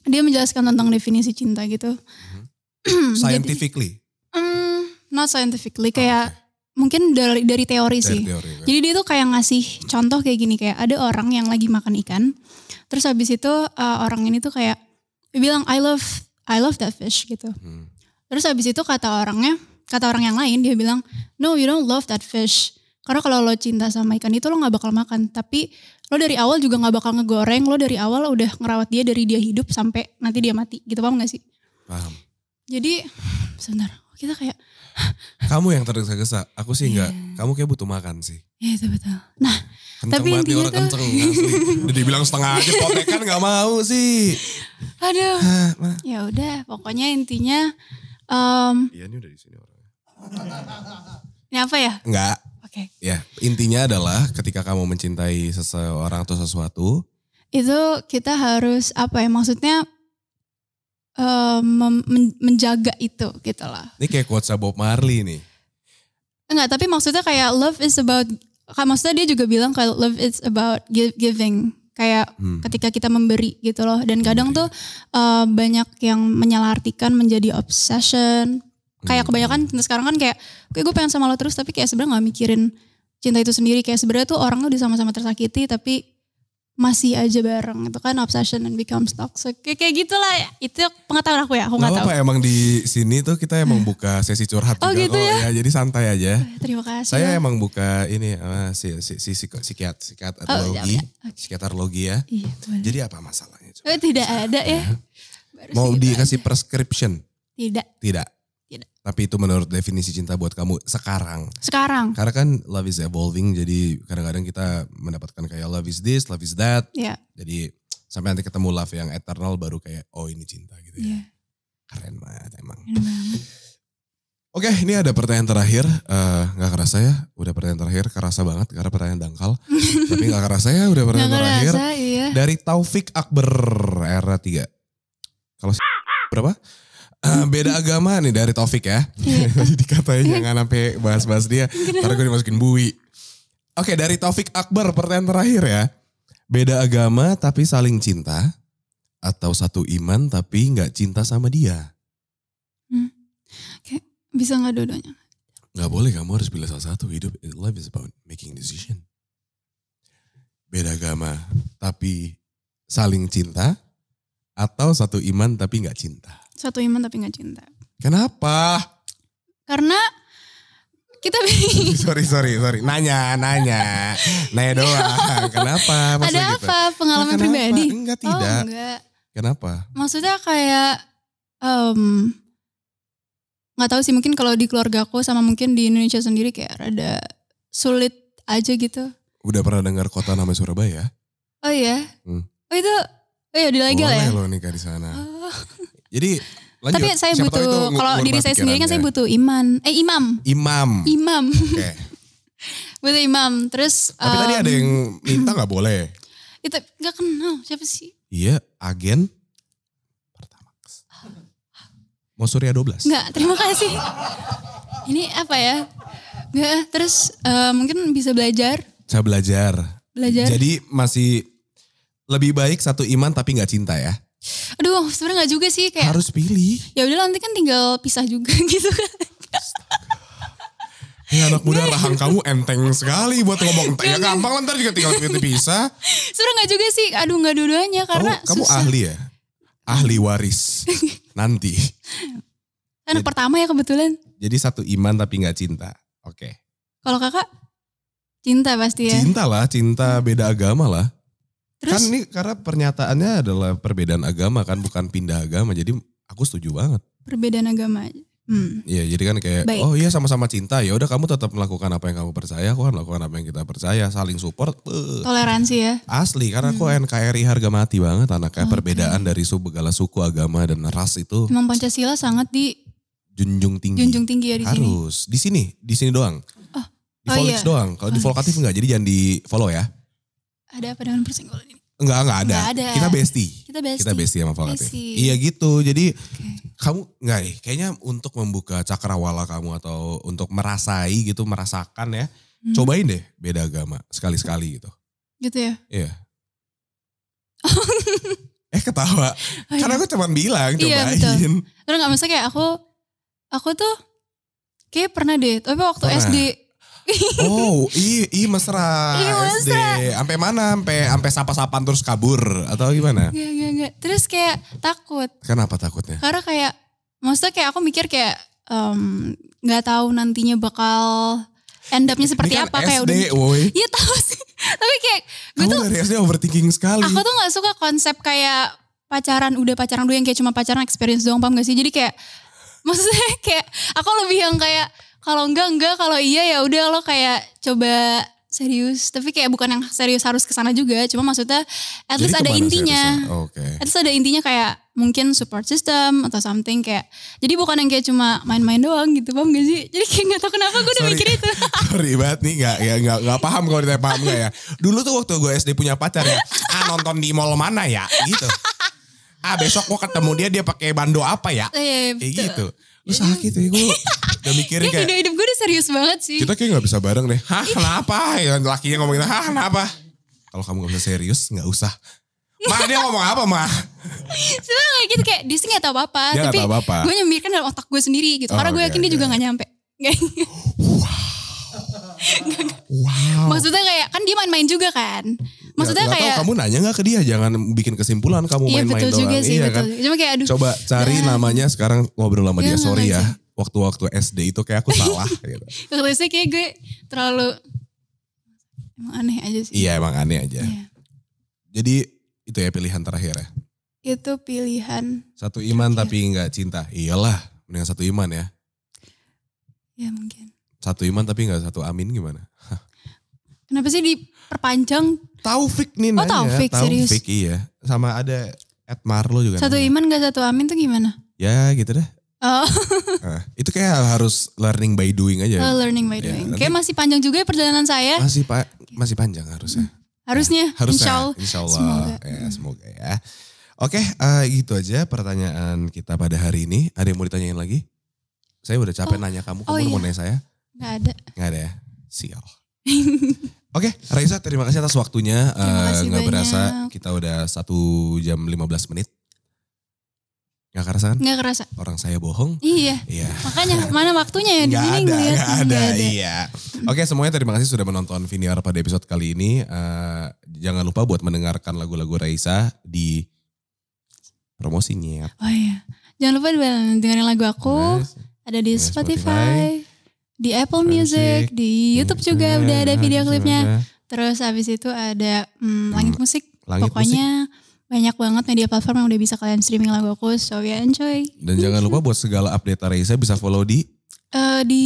Dia menjelaskan tentang definisi cinta gitu. (clears throat) Jadi,
Hmm. Scientifically.
mm, not scientifically
Oh, oke.
kayak mungkin dari dari teori
Dari
sih.
teori, kan?
Jadi dia tuh kayak ngasih contoh kayak gini kayak ada orang yang lagi makan ikan, terus habis itu uh, orang ini tuh kayak dia bilang I love I love that fish gitu.
Hmm.
Terus habis itu kata orangnya, kata orang yang lain dia bilang no you don't love that fish. Karena kalau lo cinta sama ikan itu lo nggak bakal makan, tapi lo dari awal juga nggak bakal ngegoreng, lo dari awal udah ngerawat dia dari dia hidup sampai nanti dia mati, gitu paham gak sih?
Paham.
Jadi sebentar kita kayak
Kamu yang tergesa-gesa, aku sih enggak.
Iya.
Kamu kayak butuh makan sih.
ya itu betul. Nah
Kenceng
Tapi
banget nih
intinya
orang
tuh-
kenceng. asli. Udah dibilang setengah aja, potekan gak mau
(laughs)
sih.
aduh
Hah, Ma.
ya udah pokoknya intinya em,
Iya ini udah di sini orangnya.
ini apa ya?
Enggak,
Oke.
ya intinya adalah ketika kamu mencintai seseorang atau sesuatu,
Itu kita harus apa ya maksudnya eh, mem- men- menjaga itu gitu lah.
ini kayak quotes Bob Marley nih.
Enggak, tapi maksudnya kayak love is about kayak maksudnya dia juga bilang kalau love is about gi- giving. Kayak
Hmm.
ketika kita memberi gitu loh. Dan kadang tuh eh, banyak yang menyalahartikan menjadi obsession.
Hmm.
Kayak kebanyakan sekarang kan kayak oke gue pengen sama lo terus tapi kayak sebenarnya nggak mikirin cinta itu sendiri kayak sebenarnya tuh orangnya udah sama-sama tersakiti tapi masih aja bareng itu kan obsession and becomes toxic kayak, kayak gitulah ya. itu pengetahuan aku ya aku
Gak
nggak tahu
apa-apa emang di sini tuh kita emang buka sesi curhat
Oh,
juga
gitu Iya,
kok ya. Jadi santai aja.
terima kasih
Saya
ya.
emang buka ini eh, si si si, si, psikiat psikiatrologi,
Oh, iya, iya. Oke.
psikiatrologi ya.
iya, boleh.
Jadi apa masalahnya? coba?
Eh, tidak ada ya Baru
Mau
sih,
dikasih prescription?
tidak
Tidak.
Tidak.
Tapi itu menurut definisi cinta buat kamu sekarang.
sekarang
Karena kan love is evolving, jadi kadang-kadang kita mendapatkan kayak love is this, love is that.
ya
Jadi sampai nanti ketemu love yang eternal baru kayak oh ini cinta gitu ya.
ya
Keren banget emang.
keren banget.
Oke, ini ada pertanyaan terakhir. Eh, Nggak kerasa ya, udah pertanyaan terakhir. Kerasa banget karena pertanyaan dangkal. Tapi nggak kerasa ya, udah
nggak
pertanyaan terakhir.
ngerasa iya
Dari Taufik Akbar era 3. Kalau s- berapa? Eh, beda agama nih dari Taufik ya.
Iya.
(laughs) Jadi katanya jangan sampai bahas-bahas dia. Ntar gue dimasukin bui. Oke dari Taufik Akbar pertanyaan terakhir ya. Beda agama tapi saling cinta. Atau satu iman tapi nggak cinta sama dia.
bisa nggak dua-duanya
Nggak boleh kamu harus pilih salah satu. Hidup life is about making decision. Beda agama tapi saling cinta. Atau satu iman tapi nggak cinta.
satu iman tapi nggak cinta
Kenapa? (laughs)
karena kita bingung
sorry, sorry, sorry. Nanya, nanya. Nanya doang. Kenapa?
ada
Maksudnya gitu.
apa pengalaman
Kenapa?
pribadi
Enggak,
oh
tidak.
enggak
Kenapa?
maksudnya kayak em, nggak tahu sih mungkin kalau di keluarga aku sama mungkin di Indonesia sendiri kayak rada sulit aja gitu
Udah pernah dengar kota nama Surabaya?
oh iya
Hmm.
oh itu oh iya udah legal
Boleh
ya
loh nikah di sana.
Oh.
Jadi lanjut.
tapi saya
Siapa tahu itu
butuh
nge-
kalau
ngubah
diri saya sendiri kan saya
pikirannya. Hmm.
butuh iman eh imam
Imam.
imam (laughs)
Oke.
butuh imam terus
Tapi tadi
em,
ada yang minta nggak boleh.
itu nggak kenal siapa sih
Iya, agen Pertamax. Mau Surya 12.
Enggak, terima kasih. Ini apa ya? Enggak, terus eh, mungkin bisa belajar.
Saya belajar.
Belajar.
Jadi masih lebih baik satu iman tapi nggak cinta ya.
Aduh, sebenarnya enggak juga sih kayak
Harus pilih.
ya udah nanti kan tinggal pisah juga (laughs) gitu kan.
Ya anak
Iya.
muda rahang kamu enteng sekali buat ngomong. Ya gampang lah ntar juga tinggal bisa.
Sebenarnya enggak juga sih. Aduh, enggak dua-duanya
Kamu,
karena
kamu
susah.
ahli ya? Ahli
(laughs)
waris. Nanti.
Anak pertama ya kebetulan.
Jadi satu iman tapi nggak cinta. Oke.
Kalau kakak cinta pasti ya.
Cinta lah, cinta beda agama lah.
Terus
Kan ini karena pernyataannya adalah perbedaan agama kan, bukan pindah agama. Jadi aku setuju banget.
perbedaan agama. Hmm.
Iya, jadi kan kayak
Baik.
oh iya sama-sama cinta. Ya udah kamu tetap melakukan apa yang kamu percaya, aku akan melakukan apa yang kita percaya, saling support. eh,
Toleransi ya.
Asli karena aku
Hmm.
NKRI harga mati banget anaknya.
Oke.
Perbedaan dari suku segala suku, agama dan ras itu
Emang Pancasila sangat
Hmm. junjung tinggi.
dijunjung tinggi ya di sini.
Harus di sini, di sini doang.
Oh,
Di
oh
Volix
iya.
doang. Kalau di
Volix.
Volkatif enggak, jadi jangan di follow ya.
Ada apa dengan persenggolan ini?
Enggak, enggak ada.
Nggak ada.
Kita bestie.
Kita besti.
Kita bestie sama Volkatif.
Bestie.
Iya gitu. Jadi
Oke.
kamu enggak nih, kayaknya untuk membuka cakrawala kamu atau untuk merasai gitu, merasakan ya.
Hmm.
Cobain deh beda agama sekali-sekali gitu.
Gitu ya.
Iya. eh ketawa.
Oh, iya.
Karena aku cuman bilang
Iya,
cobain.
betul. (laughs) Terus gak maksudnya kayak aku, aku tuh kayak pernah deh, tapi waktu
Pernah.
SD. (laughs)
Oh, i i mesra.
Iya,
SD. Sampai mana? Sampai sampai sapa-sapan terus kabur atau gimana?
Gak, gak, gak. Terus kayak takut,
Kenapa takutnya?
karena kayak, maksudnya kayak aku mikir kayak, em, nggak tahu nantinya bakal end up-nya seperti
Ini kan
apa. Kayak
SD,
udah,
woi.
iya tahu sih. (laughs) tapi kayak, gue
Kamu
tuh,
dari SD overthinking sekali.
aku tuh gak suka konsep kayak pacaran, udah pacaran dulu yang kayak cuma pacaran experience doang, paham gak sih? Jadi kayak, (laughs) maksudnya kayak, aku lebih yang kayak, kalau enggak, enggak, kalau iya ya udah lo kayak coba serius. Tapi kayak bukan yang serius harus kesana juga, cuma maksudnya at
Jadi
least ada
kemana
intinya.
seriusnya? Oke.
At least ada intinya kayak mungkin support system atau something kayak. Jadi bukan yang kayak cuma main-main doang gitu, paham gak sih? Jadi kayak gak tau kenapa gue udah
Sorry.
mikir itu.
(laughs) Sorry banget nih gak, ya, gak, gak paham kalau ditanya paham gak ya. Dulu tuh waktu gue SD punya pacar ya. Ah nonton di mall mana ya gitu. Ah besok gue ketemu dia dia pakai bando apa ya.
Iya, iya,
Kayak
betul.
gitu. Lu sakit ya gue. Udah mikirin
Kayak
kayak. Gitu.
hidup-hidup gue udah serius banget sih.
kita kayak nggak bisa bareng deh. Hah kenapa? Ya, lakinya ngomongin, hah kenapa? Kalau kamu nggak bisa serius, nggak usah. Mah dia ngomong apa mah?
Cuma kayak gitu kayak dia sih gak tau apa-apa.
Dia Ya, nggak
Ah, tapi
tahu apa-apa.
gue nyemikirkan dalam otak gue sendiri gitu.
Oh,
Karena gue
Ah. oke,
yakin dia
oke. Ah.
juga gak nyampe. Nggak-
Wow.
Maksudnya kayak kan dia main-main juga kan. Maksudnya
Ya, Nggak- nggak tahu,
kayak
kamu nanya nggak ke dia, jangan bikin kesimpulan kamu
iya
main-main
betul
doang.
juga sih
iya
betul.
kan?
Cuma kayak aduh. (laughs)
Coba cari namanya sekarang ngobrol sama dia.
Jangan
Sorry ya,
Iya. aja.
waktu-waktu SD itu kayak aku
(laughs)
salah. gitu.
Terusnya kayak gue terlalu emang aneh aja sih.
Iya emang aneh aja.
Iya.
Jadi itu ya pilihan terakhir ya.
Itu pilihan
Satu iman
Terakhir.
tapi nggak cinta. Iyalah, mendingan satu iman ya.
ya mungkin.
Satu iman tapi nggak satu amin gimana?
Kenapa sih diperpanjang
Taufik nih
Oh,
nanya.
Taufik, serius?
iya. Sama ada Ed Marlo juga.
satu
nanya.
iman gak satu amin tuh gimana?
Ya gitu
(laughs)
deh.
Oh,
Nah, itu kayak harus learning by doing
(laughs)
aja.
learning by
Iya,
doing.
nanti-
Kayak masih panjang juga ya perjalanan saya.
Masih pak masih panjang harusnya.
Harusnya,
Harusnya.
insya Allah.
Semoga.
Semoga.
Ya, semoga ya. Oke, eh, gitu aja pertanyaan kita pada hari ini. Ada yang mau ditanyain lagi? Saya udah capek
Oh,
nanya kamu, kamu
oh
mau
iya.
nanya saya?
Gak ada. (laughs)
Nggak ada ya? Sial. Oke, Raisa terima kasih atas waktunya.
Terima
Eh,
kasih
Nggak
banyak.
berasa kita udah satu jam 15 menit. Nggak kerasa kan?
Gak kerasa.
Orang saya bohong.
Iya.
Iya.
Makanya mana waktunya ya di
Nggak
sini
ada,
ngeliat.
nggak ada,
Nggak
iya. Oke semuanya terima kasih sudah menonton Viniar pada episode kali ini. Eh, jangan lupa buat mendengarkan lagu-lagu Raisa di promosinya.
Oh iya. Jangan lupa dibel- dengerin lagu aku. Ada di
Ya,
Spotify, di Apple Music,
Music,
di YouTube juga udah ada
Iya,
video klipnya. Terus habis itu ada hmm, Langit Musik.
Langit musik.
Pokoknya banyak banget media platform yang udah bisa kalian streaming lagu aku. So ya enjoy.
Dan jangan lupa buat segala update Raisa bisa follow di
Eh, di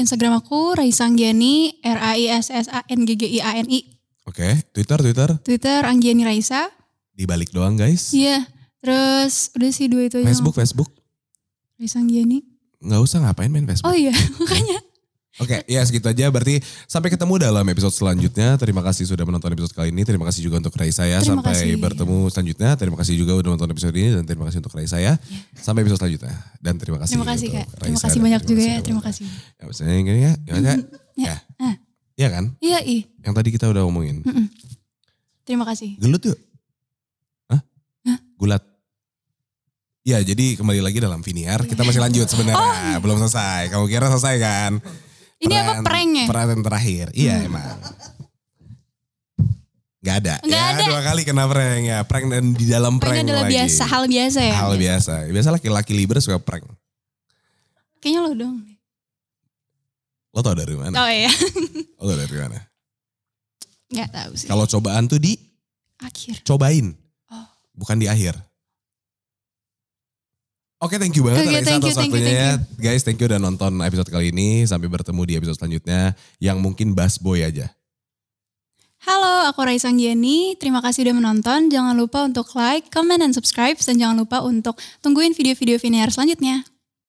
Instagram aku Raisa Anggiani, R A I S S A N G G I A N I.
Oke, Twitter, Twitter.
Twitter Anggiani Raisa.
Dibalik doang guys.
Iya. Terus udah sih dua itu aja.
Facebook, Facebook.
Raisa Anggiani.
Nggak usah ngapain main Facebook.
Oh iya, makanya.
Oke, ya segitu aja. Berarti sampai ketemu dalam episode selanjutnya. Terima kasih sudah menonton episode kali ini. Terima kasih juga untuk Raisa ya.
Terima
sampai
kasih.
bertemu selanjutnya. Terima kasih juga udah nonton episode ini dan terima kasih untuk Raisa ya. Sampai episode selanjutnya dan terima kasih.
Terima kasih
untuk
Kak.
Raisa
gitu. Terima kasih
dan
banyak juga ya.
untuk-
Terima kasih.
Ya, maksudnya yang gini ya. Ya, ya.
Ya.
Ya.
Ah. Mm.
Iya kan?
Iya, iya.
Yang tadi kita udah omongin.
Mm-mm. Terima kasih.
Gelut yuk. Hah?
Hah?
Gulat. Ya jadi kembali lagi dalam Viniar.
Iya.
Kita masih lanjut sebenarnya.
Oh,
Belum selesai. Kamu kira selesai kan?
Ini apa Hmm. prank ya?
Peran terakhir. Iya emang. Gak ada.
Nggak
ya
ada.
dua kali kena prank ya. Prank dan di dalam
Prank
prank
adalah
lagi.
biasa, hal biasa ya.
Hal biasa. Biasa laki-laki liber suka prank.
Kayaknya lo dong.
Lo tau dari mana?
Oh iya, (laughs)
Lo tau dari mana?
nggak tahu sih.
Kalau cobaan tuh
Akhir.
dicobain.
Oh.
Bukan di akhir. Oke, thank you banget
Oke,
Alexa
thank you,
atas
thank you,
waktunya ya. Guys, thank you udah nonton episode kali ini. Sampai bertemu di episode selanjutnya yang mungkin Bass Boy aja.
Halo, aku Raisa Anggiani. Terima kasih udah menonton. Jangan lupa untuk like, comment, dan subscribe. Dan jangan lupa untuk tungguin video-video Viniar selanjutnya.